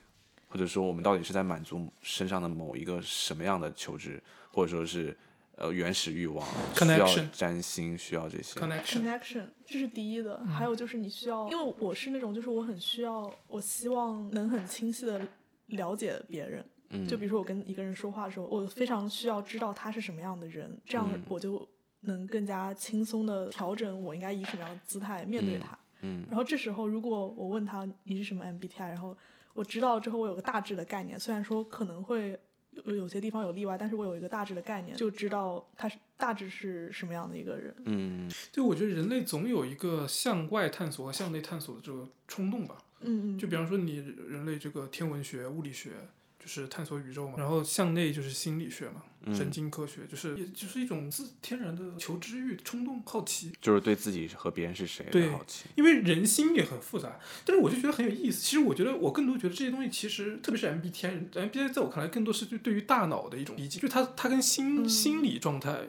S1: 或者说我们到底是在满足身上的某一个什么样的求知，或者说是呃原始欲望，需要
S2: Connection
S1: 占星，需要这些。
S2: connection，
S3: Connection 这是第一的，
S1: 嗯
S3: 还有就是你需要，因为我是那种就是我很需要，我希望能很清晰的了解别人。
S1: 嗯，
S3: 就比如说我跟一个人说话的时候，我非常需要知道他是什么样的人，这样
S1: 嗯
S3: 我就能更加轻松的调整我应该以什么样的姿态面对
S1: 嗯
S3: 他。
S1: 嗯
S3: 然后这时候，如果我问他你是什么 MBTI，然后我知道之后，我有个大致的概念，虽然说可能会有有些地方有例外，但是我有一个大致的概念，就知道他是大致是什么样的一个人。
S1: 嗯，
S2: 就我觉得人类总有一个向外探索和向内探索的这个冲动吧。
S3: 嗯嗯，
S2: 就比方说你人类这个天文学、物理学，就是探索宇宙嘛，然后向内就是心理学嘛，
S1: 嗯
S2: 神经科学，就是也就是一种自天然的求知欲、冲动、好奇。
S1: 就是对自己和别人是谁
S2: 对
S1: 的好奇。
S2: 因为人心也很复杂，但是我就觉得很有意思。其实我觉得，我更多觉得这些东西，其实特别是 MBTI，MBTI 在我看来更多是对对于大脑的一种理解，就它它跟心、
S3: 嗯
S2: 心理状态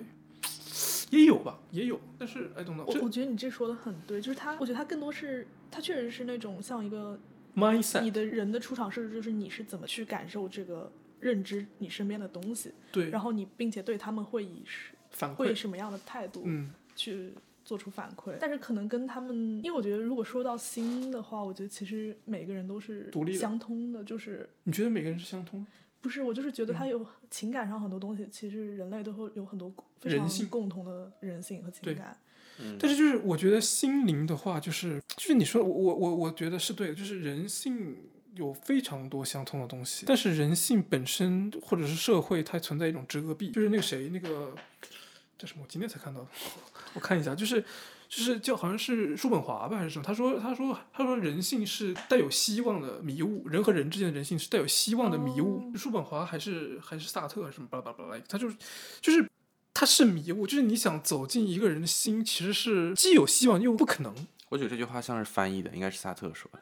S2: 也有吧，也有。但是 I don't know，
S3: 我
S2: 这
S3: 我觉得你这说的很对，就是他，我觉得他更多是他确实是那种像一个
S2: mindset
S3: 你的人的出场设置，就是你是怎么去感受这个认知你身边的东西，
S2: 对
S3: 然后你并且对他们会以是
S2: 反
S3: 会以
S2: 馈，
S3: 什么样的态度，
S2: 嗯，
S3: 去做出反馈。但是可能跟他们，因为我觉得如果说到心的话，我觉得其实每个人都是
S2: 独立的
S3: 相通的，就是
S2: 你觉得每个人是相通的？
S3: 不是我就是觉得
S2: 嗯
S3: 他有情感上很多东西，其实人类都会有很多非
S2: 人
S3: 常
S2: 性
S3: 共同的人性和情
S2: 对
S3: 感。
S1: 嗯
S2: 但是就是我觉得心灵的话，就是就是你说我我我我觉得是对的，就是人性有非常多相通的东西，但是人性本身或者是社会它存在一种遮蔽，就是那个谁那个这什么？我今天才看到的，我看一下，就是就是就好像是叔本华吧还是什么，他说他说他说人性是带有希望的迷雾，人和人之间的人性是带有希望的迷雾。叔本华还是还是萨特还是什么巴拉巴拉巴拉，他就是就是他是迷雾，就是你想走进一个人的心，其实是既有希望又不可能。
S1: 我觉得这句话像是翻译的，应该是萨特说的。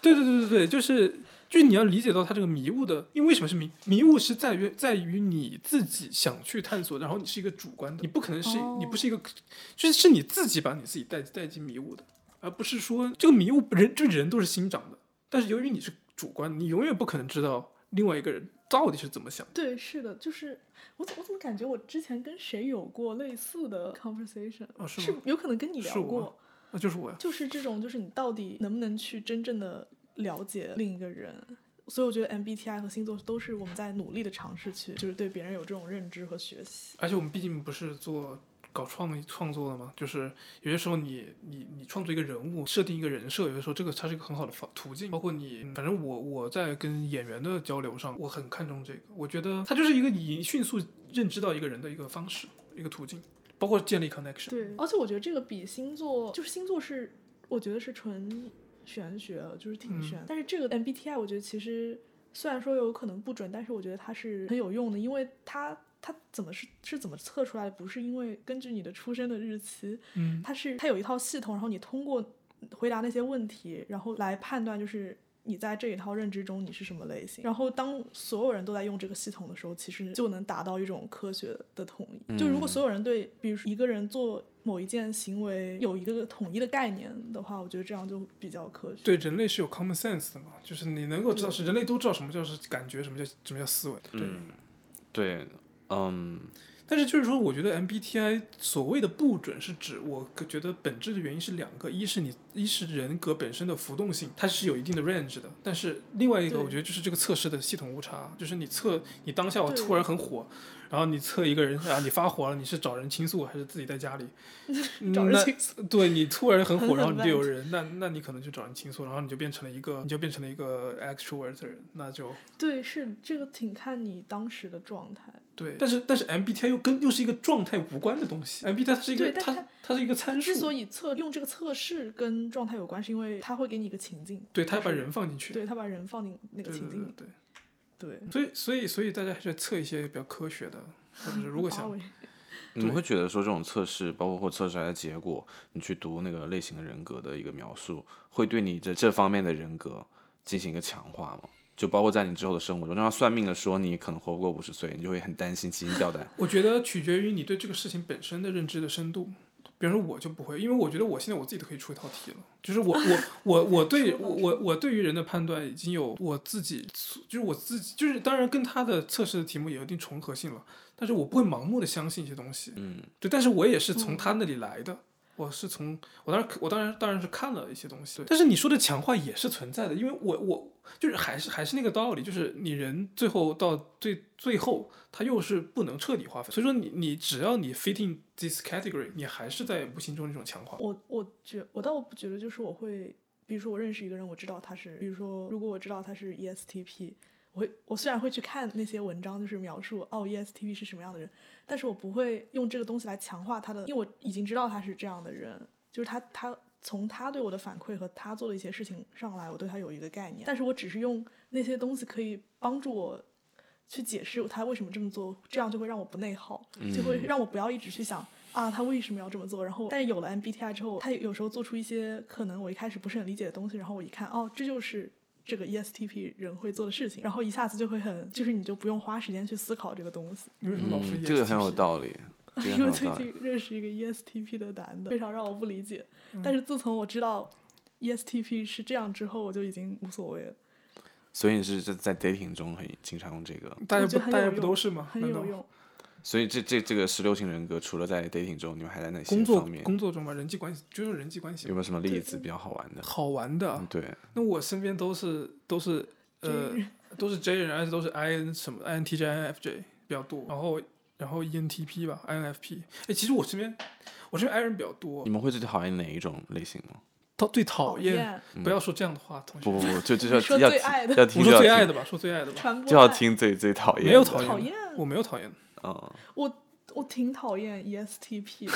S2: 对对对对对，就是就是你要理解到它这个迷雾的，因为为什么是迷迷雾是在于在于你自己想去探索的，然后你是一个主观的，你不可能是、
S3: 哦
S2: 你不是一个，就是是你自己把你自己带带进迷雾的，而不是说这个迷雾人这人都是新长的，但是由于你是主观，你永远不可能知道另外一个人到底是怎么想的。
S3: 对，是的，就是我怎我怎么感觉我之前跟谁有过类似的 conversation？、
S2: 哦是
S3: 是
S2: 吗
S3: 有可能跟你
S2: 是
S3: 聊
S2: 我
S3: 过，
S2: 那就是我呀，
S3: 就是这种，就是你到底能不能去真正的了解另一个人？所以我觉得 MBTI 和星座都是我们在努力的尝试去，就是对别人有这种认知和学习。
S2: 而且我们毕竟不是做搞创意创作的嘛，就是有些时候你你你创作一个人物，设定一个人设，有些时候这个它是一个很好的方途径。包括你，嗯反正我我在跟演员的交流上，我很看重这个，我觉得它就是一个你迅速认知到一个人的一个方式，一个途径，包括建立 connection。
S3: 对，而且我觉得这个比星座，就是星座是，我觉得是纯玄学，就是挺
S2: 嗯
S3: 玄。但是这个 MBTI，我觉得其实虽然说有可能不准，但是我觉得它是很有用的，因为它它怎么是是怎么测出来的？不是因为根据你的出生的日期，
S2: 嗯，
S3: 它是它有一套系统，然后你通过回答那些问题，然后来判断就是你在这一套认知中你是什么类型。然后当所有人都在用这个系统的时候，其实就能达到一种科学的统一。就
S2: 嗯
S3: 如果所有人对，比如说一个人做某一件行为有一个统一的概念的话，我觉得这样就比较科学。
S2: 对，人类是有 common sense 的嘛，就是你能够知道是人类都知道什么叫是感觉，什么叫什么叫思维。对，
S1: 嗯，对，嗯，
S2: 但是就是说，我觉得 MBTI 所谓的不准是指，我觉得本质的原因是两个，一是你一是人格本身的浮动性，它是有一定的 range 的，但是另外一个
S3: 对
S2: 我觉得就是这个测试的系统误差，就是你测你当下我
S3: 对
S2: 突然很火，然后你测一个人啊，你发火了，你是找人倾诉还是自己在
S3: [LAUGHS]
S2: 家里？
S3: 找人
S2: 嗯那
S3: 倾诉
S2: 对你突然很火，
S3: 狠狠
S2: 然后你就有
S3: 地
S2: 人，那那你可能就找人倾诉，然后你就变成了一个你就变成了一个 extrovert 的人，那就
S3: [LAUGHS] 对，是这个挺看你当时的状态。
S2: 对，但是但是 MBTI 又跟又是一个状态无关的东西，MBTI 它是一个
S3: 对但
S2: 它
S3: 它
S2: 它是一个参
S3: 之
S2: 数
S3: 所，以测用这个测试跟状态有关，是因为它会给你一个情境，
S2: 对，它要
S3: 就
S2: 把
S3: 是
S2: 人放进去，
S3: 对它把人放进那个
S2: 对对
S3: 情境里
S2: 对。对，
S3: 对。
S2: 所以所以所以大家还是要测一些比较科学的，或者是如果
S3: 八
S2: 想
S3: 维
S1: 你
S2: 嗯
S1: 们会觉得说这种测试，包括或测出来的结果，你去读那个类型的人格的一个描述，会对你这这方面的人格进行一个强化吗？就包括在你之后的生活中，让他算命的说你可能活不过五十岁，你就会很担心基因掉
S2: [LAUGHS]
S1: 蛋。
S2: 我觉得取决于你对这个事情本身的认知的深度。比方说，我就不会，因为我觉得我现在我自己都可以出一套题了。就是
S3: [LAUGHS]
S2: 我我我我对我我我对于人的判断已经有我自己，就是我自己，就是当然跟他的测试的题目也有一定重合性了，但是我不会盲目的相信一些东西。
S1: 嗯，
S2: 对，但是我也是从
S3: 嗯
S2: 他那里来的。我是从我当然我当然当然是看了一些东西，对但是你说的强化也是存在的，因为我我就是还是还是那个道理，就是你人最后到最最后，他又是不能彻底划分，所以说你你只要你 fitting this category，你还是在无形中那种强化。
S3: 我我觉我倒不觉得，就是我会，比如说我认识一个人，我知道他是，比如说如果我知道他是 E ESTP，我会我虽然会去看那些文章，就是描述哦 ESTP 是什么样的人，但是我不会用这个东西来强化他的，因为我已经知道他是这样的人，就是他他从他对我的反馈和他做的一些事情上来，我对他有一个概念，但是我只是用那些东西可以帮助我。去解释他为什么这么做，这样就会让我不内耗，就会让我不要一直去想啊，他为什么要这么做？然后，但是有了 MBTI 之后，他有时候做出一些可能我一开始不是很理解的东西，然后我一看，哦，这就是这个 E ESTP 人会做的事情，然后一下子就会很，就是你就不用花时间去思考这个东西。
S2: 因为什么老师
S1: 嗯，
S2: 也
S1: 这个很有
S2: 是
S1: 道理，
S2: [LAUGHS]
S1: 这个
S3: 因
S1: 很
S3: 为
S1: 有
S3: 最
S1: 道理。
S3: 近认识一个 E ESTP 的
S2: 嗯
S3: 男的，非常让我不理解。但是自从我知道 E ESTP 是这样之后，我就已经无所谓了，
S1: 所以你是在在 dating 中很经常用这个，
S2: 大家
S3: 我觉得
S2: 不
S3: 很
S2: 大家
S3: 有
S2: 不
S3: 用
S2: 都是吗？
S3: 很
S2: 难道
S3: 有用。
S1: 所以这这这个十六型人格，除了在 dating 中，你们还在哪些
S2: 工作
S1: 方面？
S2: 工作中吧，人际关系就是人际关系
S1: 有没有什么例
S3: 对
S1: 子比较好玩的？
S2: 好玩的啊、
S1: 嗯，对，
S2: 那我身边都是都是呃
S3: J 人
S2: 都是 J 人，而且都是 IN 什么 INTJ、INFJ 比较多，然后然后 E ENTP 吧，INFP。哎，其实我身边我身边 I 人比较多
S1: 你，们会最讨厌哪一种类型吗？
S2: 他最讨厌，
S3: 厌
S2: 不要说这样的话，同学
S1: 不，不不，就就
S3: 你说
S1: 要要
S3: 最
S1: 听
S3: 爱的
S1: 要听
S2: 我
S1: 就
S2: 说
S1: 要
S2: 最爱
S1: 听
S2: 的吧，说最爱的吧，
S3: 传播
S1: 就要
S3: 爱
S1: 听最最讨厌的，
S2: 没有讨
S3: 讨
S2: 厌
S1: [LAUGHS]
S2: 的，
S3: 厌
S2: 我没有讨厌的，
S1: 嗯，
S3: 我我挺讨厌 E ESTP，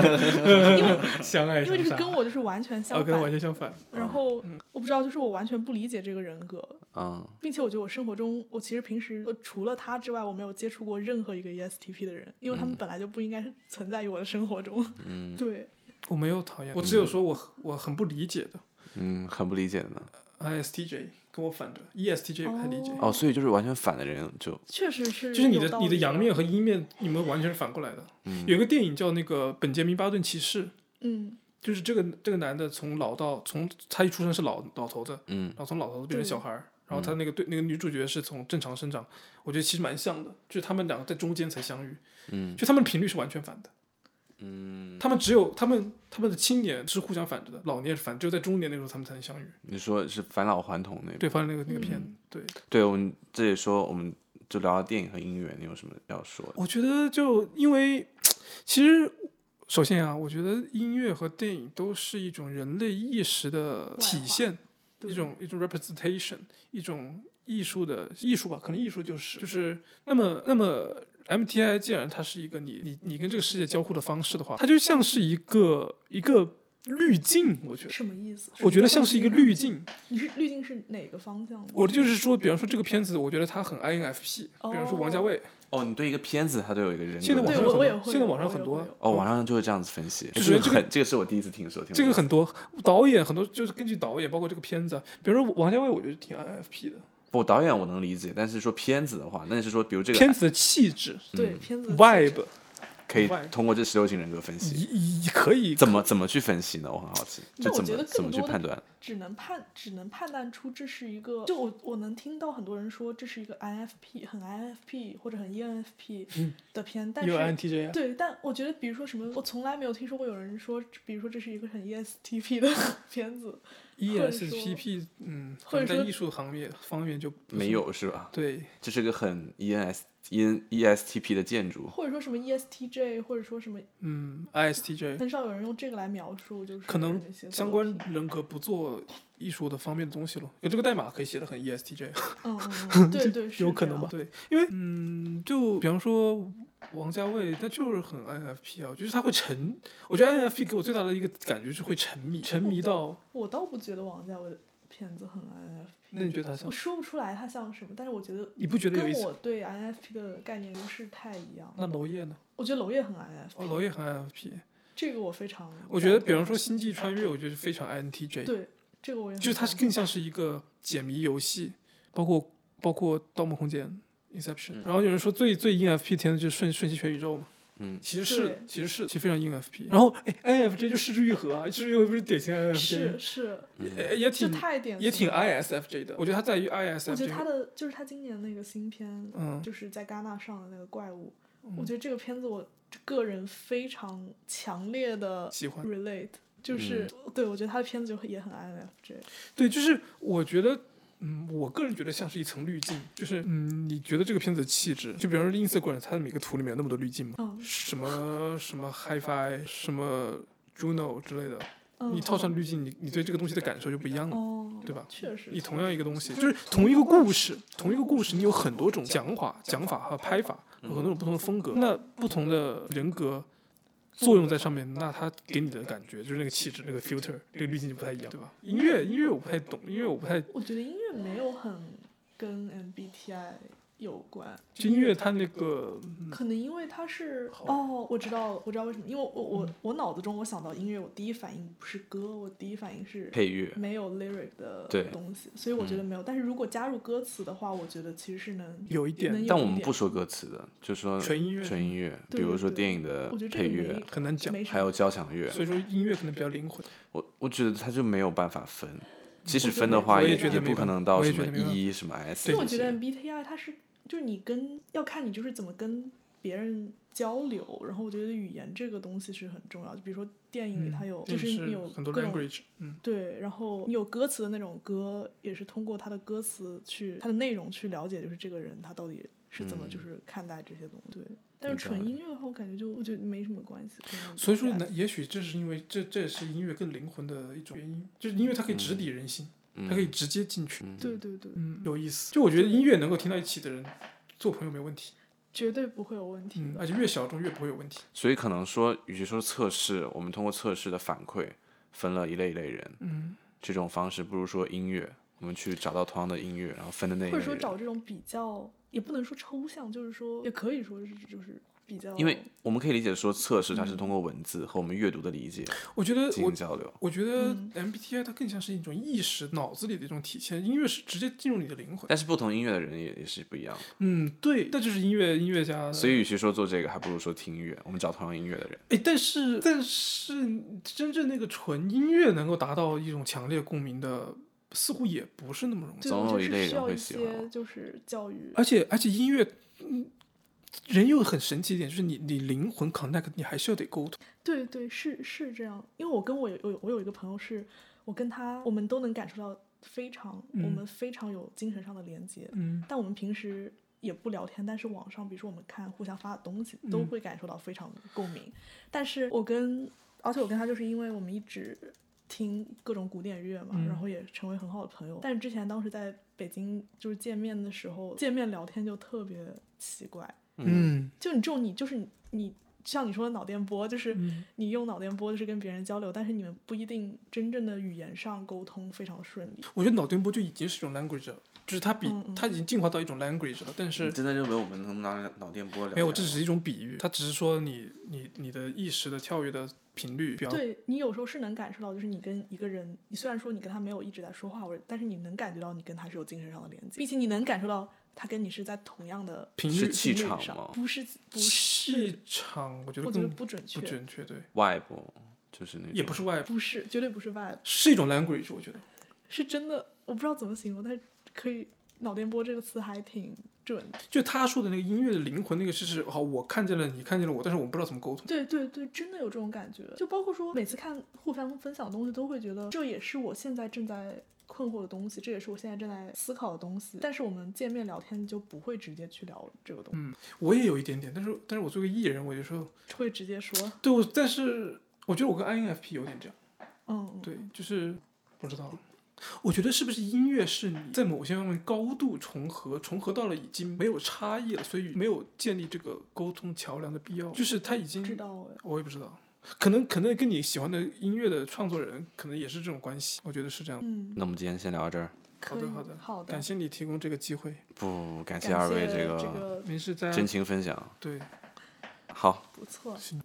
S3: 的
S2: [LAUGHS]
S3: 因为
S2: 相爱
S3: 因为
S2: 相
S3: 这个
S2: 杀，
S3: 跟我就是完全
S2: 啊，
S3: 相
S2: 跟我完嗯
S3: 反。
S2: 全相反。
S3: 然后我不知道，就是我完全不理解这个人格，
S1: 嗯
S3: 并且我觉得我生活中，我其实平时呃除了他之外，我没有接触过任何一个 E ESTP 的人，因为他们本来就不应该是存在于我的生活中。
S1: 嗯
S3: 对，
S2: 我没有讨厌，我只有说我我很不理解的
S1: 嗯，很不理解的呢。
S2: ISTJ 跟我反着，ESTJ ，E 不太理解。
S3: 哦
S1: 哦，所以就是完全反的人就
S3: 确实是。
S2: 就是你的你的
S3: 啊
S2: 阳，面和阴面，你们完全是反过来的。
S1: 嗯
S2: 有一个电影叫那个《本杰明·巴顿骑士》，
S3: 嗯，
S2: 就是这个这个男的从老到从他一出生是老老头子，
S1: 嗯
S2: 然后从老头子变成
S3: 对
S2: 小孩儿，然后他那个对那个女主角是从正常生长，我觉得其实蛮像的，就是他们两个在中间才相遇，
S1: 嗯
S2: 就他们频率是完全反的，
S1: 嗯，
S2: 他们只有他们他们的青年是互相反着的，老年是反，只有在中年那时候他们才能相遇。
S1: 你说是返老还童那
S2: 对，发现那个那个片，对，
S1: 对，我们这里说我们就聊聊电影和音乐，你有什么要说的？
S2: 我觉得就因为其实首先啊，我觉得音乐和电影都是一种人类意识的体现，
S3: 对
S2: 一种一种 representation，一种艺术的艺术吧，可能艺术就是就是那么那么。MTI 既然它是一个你你你跟这个世界交互的方式的话，它就像是一个一个滤镜，我觉得，
S3: 什么意思？
S2: 我觉得像是一个滤镜。
S3: 你是滤镜是哪个方向的？
S2: 我就是说，比方说这个片子，我觉得它很 INFP，比方说王家卫，
S1: 哦，你对一个片子它都有一个人格
S2: 现在网
S3: 对
S2: 上
S1: 分
S3: 我
S2: 很
S3: 我也
S2: 多
S3: 会
S2: 现在
S3: 有
S2: 网上
S3: 我
S2: 很
S3: 也
S2: 多
S3: 会有
S1: 哦，网上就会这样子分析，
S2: 就是
S1: 这
S2: 这
S1: 个
S2: 个
S1: 很这个是我第一次听说，听
S2: 这个
S1: 过
S2: 很多导演很多就是根据导演，包括这个片子啊，比如说王家卫，我觉得挺 INFP 的，
S1: 不导演我能理解，但是说片子的话，那是说比如这个
S2: 片子的气质、
S3: 对片子的
S2: vibe
S1: 可以
S2: 外
S1: 通过这十六型人格分
S2: 嗯
S1: 析，
S2: 也也可以
S1: 怎么怎么去分析呢？我很好奇，
S3: 那
S1: 就
S3: 我
S1: 怎
S3: 觉
S1: 么
S3: 得
S1: 怎么
S3: 更
S1: 去
S3: 多的
S1: 判断？
S3: 只能判只能判断出这是一个，就我我能听到很多人说这是一个 INFP 很 INFP 或者很 ENFP 的片，但
S2: 嗯有
S3: 是
S2: INTJ 啊，
S3: 对，但我觉得比如说什么，我从来没有听说过有人说，比如说这是一个很 E ESTP 的 [LAUGHS] 片子，者说
S2: ESFP，嗯，可能
S3: 或者
S2: 在
S3: 说
S2: 艺术行业方面就不是
S1: 没有是吧？
S2: 对，
S1: 这是个很 E N S E N E S T P 的建筑，
S3: 或者说什么 E ESTJ，或者说什么，
S2: 嗯，ISTJ
S3: 很少有人用这个来描述，就是
S2: 可能
S3: 那些
S2: 相
S3: 作
S2: 关
S3: 品
S2: 人格不做艺术的方面的东西了，有这个代码可以写的很 E ESTJ。
S3: 嗯嗯
S2: [LAUGHS]
S3: 嗯，对对是
S2: 有可
S3: 这
S2: 能吧
S3: 样？
S2: 对，因为嗯，就比方说王家卫，他就是很 INFP 啊，就是他会沉。我觉得 INFP 给我最大的一个感觉是会沉迷，沉迷到
S3: 我倒不觉得王家卫的片子很 INFP，
S2: 那你觉得他像
S3: 我说不出来他像什么，但是我觉得
S2: 你不觉得有
S3: 跟
S2: 意思？
S3: 我对 INFP 的概念不是太一样。
S2: 那娄烨呢？
S3: 我觉得娄烨很 INFP，、
S2: 哦，娄烨很 INFP。
S3: 这个我非常。
S2: 我觉得，比方说《星际穿越》，我觉得是非常 INTJ，
S3: 对这个我也
S2: 就是它
S3: 很
S2: 是
S3: 赞
S2: 更像是一个解谜游戏，包括包括《盗梦空间》。Inception，、然后有人说最最 INFP 天的就是瞬瞬息全宇宙嘛，
S1: 嗯
S2: 其实是
S3: 对
S2: 其实是其实非常 INFP。然后哎，INFJ 就失之愈合啊，失之愈合不是典型 INFJ
S3: 是是，
S2: 也也
S3: 就
S2: 挺
S3: 太典
S2: 也挺
S3: 型了
S2: ISFJ 的。我觉得它在于
S3: 我觉得他
S2: ISFJ，
S3: 的就是他今年那个新片，
S2: 嗯
S3: 就是在戛纳上的那个怪物，我觉得这个片子我个人非常强烈的
S2: 喜欢嗯
S3: relate，就是、对我觉得他的片子就也很 INFJ，
S2: 对，就是我觉得。嗯，我个人觉得像是一层滤镜，就是嗯，你觉得这个片子的气质，就比方说 Instagram 它的每个图里面有那么多滤镜嘛，
S3: 嗯
S2: 什么什么 HiFi，什么 Juno 之类的，
S3: 嗯，
S2: 你套上滤镜，你你对这个东西的感受就不一样了，
S3: 哦，
S2: 对吧？
S3: 确实
S2: 你同样一个东西，就是同一个故事，同一个故事，你有很多种讲法、讲法和拍法，有很多种不同的风格。那不同的人格作用在上面，那它给你的感觉就是那个气质、那个 filter、那个滤镜就不太一样，对吧？音乐，音乐我不太懂，音乐我不太，
S3: 我觉得音乐没有很跟 MBTI 有关，
S2: 就音乐它那个，
S1: 嗯
S3: 可能因为它是哦，我知道了，我知道为什么，因为我我
S1: 嗯
S3: 我我脑子中我想到音乐，我第一反应不是歌，我第一反应是
S1: 配乐，
S3: 没有 lyric 的
S1: 对嗯
S3: 东西，所以我觉得没有。但是如果加入歌词的话，我觉得其实是能
S2: 有一点
S3: 能有
S1: 但
S3: 一
S1: 我们
S3: 点
S1: 不说歌词的，就说
S2: 纯音乐
S1: 纯音乐，比
S3: 对
S1: 如说
S3: 对
S1: 电影的
S3: 我觉得这
S1: 配
S3: 个
S1: 乐
S3: 没，
S2: 很难讲，
S3: 没什
S1: 还有交响乐，
S2: 所以说音乐可能比较灵魂。
S1: 我我觉得他就没有办法分，即使
S3: 我觉
S1: 分
S3: 得
S1: 的话
S2: 我也
S1: 也
S2: 觉得没
S1: 不可
S2: 办
S1: 能
S2: 法
S1: 到
S2: 我也
S1: 什
S2: 觉
S1: 么
S2: 得没办
S1: E 什么 S
S3: 因为我
S1: 这
S3: 觉得
S1: 些。
S3: MBTI 它是就是你跟要看你就是怎么跟别人交流，然后我觉得语言这个东西是很重要的。比如说电影里它有，
S2: 就
S3: 就是你有
S2: 嗯很多
S3: 各种
S2: language，嗯，
S3: 对，然后你有歌词的那种歌，也是通过他的歌词去他的内容去了解，就是这个人他到底是怎么
S2: 嗯
S3: 就是看待这些东西。对，但是
S1: 有道
S3: 纯
S1: 理
S3: 音乐的话，我感觉就我觉得没什么关系。可能
S2: 所以说
S3: 对啊
S2: 呢，也许这是因为这这也是音乐更灵魂的一种原因，就是音乐它可以直抵人心，它可以直接进去。嗯
S3: 对对对，
S2: 嗯，有意思。就我觉得音乐能够听到一起的人，做朋友没问题。
S3: 绝对不会有问题。
S2: 嗯，而且越小众越不会有问题。
S1: 所以可能说，与其说是测试，我们通过测试的反馈分了一类一类人，
S2: 嗯，
S1: 这种方式不如说音乐，我们去找到同样的音乐，然后分的那一
S3: 或
S1: 类
S3: 者说
S1: 人。
S3: 找这种比较，也不能说抽象，就是说也可以说是就是比较，
S1: 因为我们可以理解说，测试它是通过文字和我们阅读的理解
S2: 我觉得
S1: 进
S2: 我
S1: 行交流。
S2: 我觉得
S3: 嗯
S2: MBTI 它更像是一种意识、脑子里的一种体现，音乐是直接进入你的灵魂。
S1: 但是不同音乐的人也也是不一样的，
S2: 嗯，对，那就是音乐音乐家的。
S1: 所以与其说做这个，还不如说听音乐。我们找同样音乐的人，
S2: 哎，但是但是真正那个纯音乐能够达到一种强烈共鸣的，似乎也不是那么容易。
S3: 对，
S1: 总有
S3: 就
S1: 一
S3: 是
S1: 类人
S3: 需要
S1: 会
S3: 一
S1: 喜欢
S3: 些
S1: 我
S3: 就是教育，
S2: 而且而且音乐，嗯，人又很神奇一点，就是你你灵魂 connect，你还是要得沟通。
S3: 对对是是这样，因为我跟我有我有我有一个朋友是，我跟他我们都能感受到非常、我
S2: 嗯
S3: 们非常有精神上的连接，
S2: 嗯
S3: 但我们平时也不聊天，但是网上比如说我们看互相发的东西，都
S2: 嗯
S3: 会感受到非常共鸣。但是我跟，而且我跟他就是因为我们一直听各种古典乐嘛，
S2: 嗯
S3: 然后也成为很好的朋友。但是之前当时在北京就是见面的时候，见面聊天就特别奇怪，
S2: 嗯
S3: 就你这种你就是你你。像你说的脑电波，就是
S2: 嗯
S3: 你用脑电波就是跟别人交流，但是你们不一定真正的语言上沟通非常顺利。
S2: 我觉得脑电波就已经是一种 language 了，就是它比
S3: 嗯嗯
S2: 它已经进化到一种 language 了，但
S1: 你
S2: 是。
S1: 真的认为我们能拿脑电波聊？
S2: 没有，这只是一种比喻，它只是说你你你的意识的跳跃的频率比较
S3: 对你有时候是能感受到，就是你跟一个人，你虽然说你跟他没有一直在说话，或者但是你能感觉到你跟他是有精神上的连接，并且你能感受到他跟你是在同样的
S2: 频
S1: 是
S2: 率
S1: 气
S3: 频率
S1: 场
S3: 上
S1: 吗
S3: 不是不是
S2: 气，场，我觉得
S3: 我觉
S2: 更
S3: 得不准确，
S2: 不准确，对，
S1: 外部，就是那种
S2: 也不是外部，
S3: 不是绝对不是 vibe，
S2: 是一种 language，我觉得。
S3: 是真的，我不知道怎么形容，但是可以脑电波这个词还挺准的。
S2: 就他说的那个音乐的灵魂，那个是是好，我看见了，你看见了我，但是我们不知道怎么沟通。
S3: 对对对，真的有这种感觉。就包括说，每次看互相分享的东西，都会觉得这也是我现在正在困惑的东西，这也是我现在正在思考的东西。但是我们见面聊天就不会直接去聊这个东西，
S2: 嗯我也有一点点，但是但是我作为艺人，我就说，
S3: 会直接说，
S2: 对我，但是我觉得我跟 INFP 有点这样，
S3: 嗯，
S2: 对，就是不知道。我觉得是不是音乐是你在某些方面高度重合，重合到了已经没有差异了，所以没有建立这个沟通桥梁的必要，就是他已经
S3: 知道哎。
S2: 我也不知道，可能可能跟你喜欢的音乐的创作人可能也是这种关系，我觉得是这样。
S3: 嗯，
S1: 那我们今天先聊到这儿，
S2: 好
S3: 可以
S2: 的，好的，
S3: 好
S2: 感谢你提供这个机会，
S1: 不感
S3: 感
S1: 谢二位
S3: 这
S1: 个
S2: 没事，大
S1: 真
S2: 家
S1: 情分享。
S2: 对，
S1: 好，
S3: 不错，
S2: 行，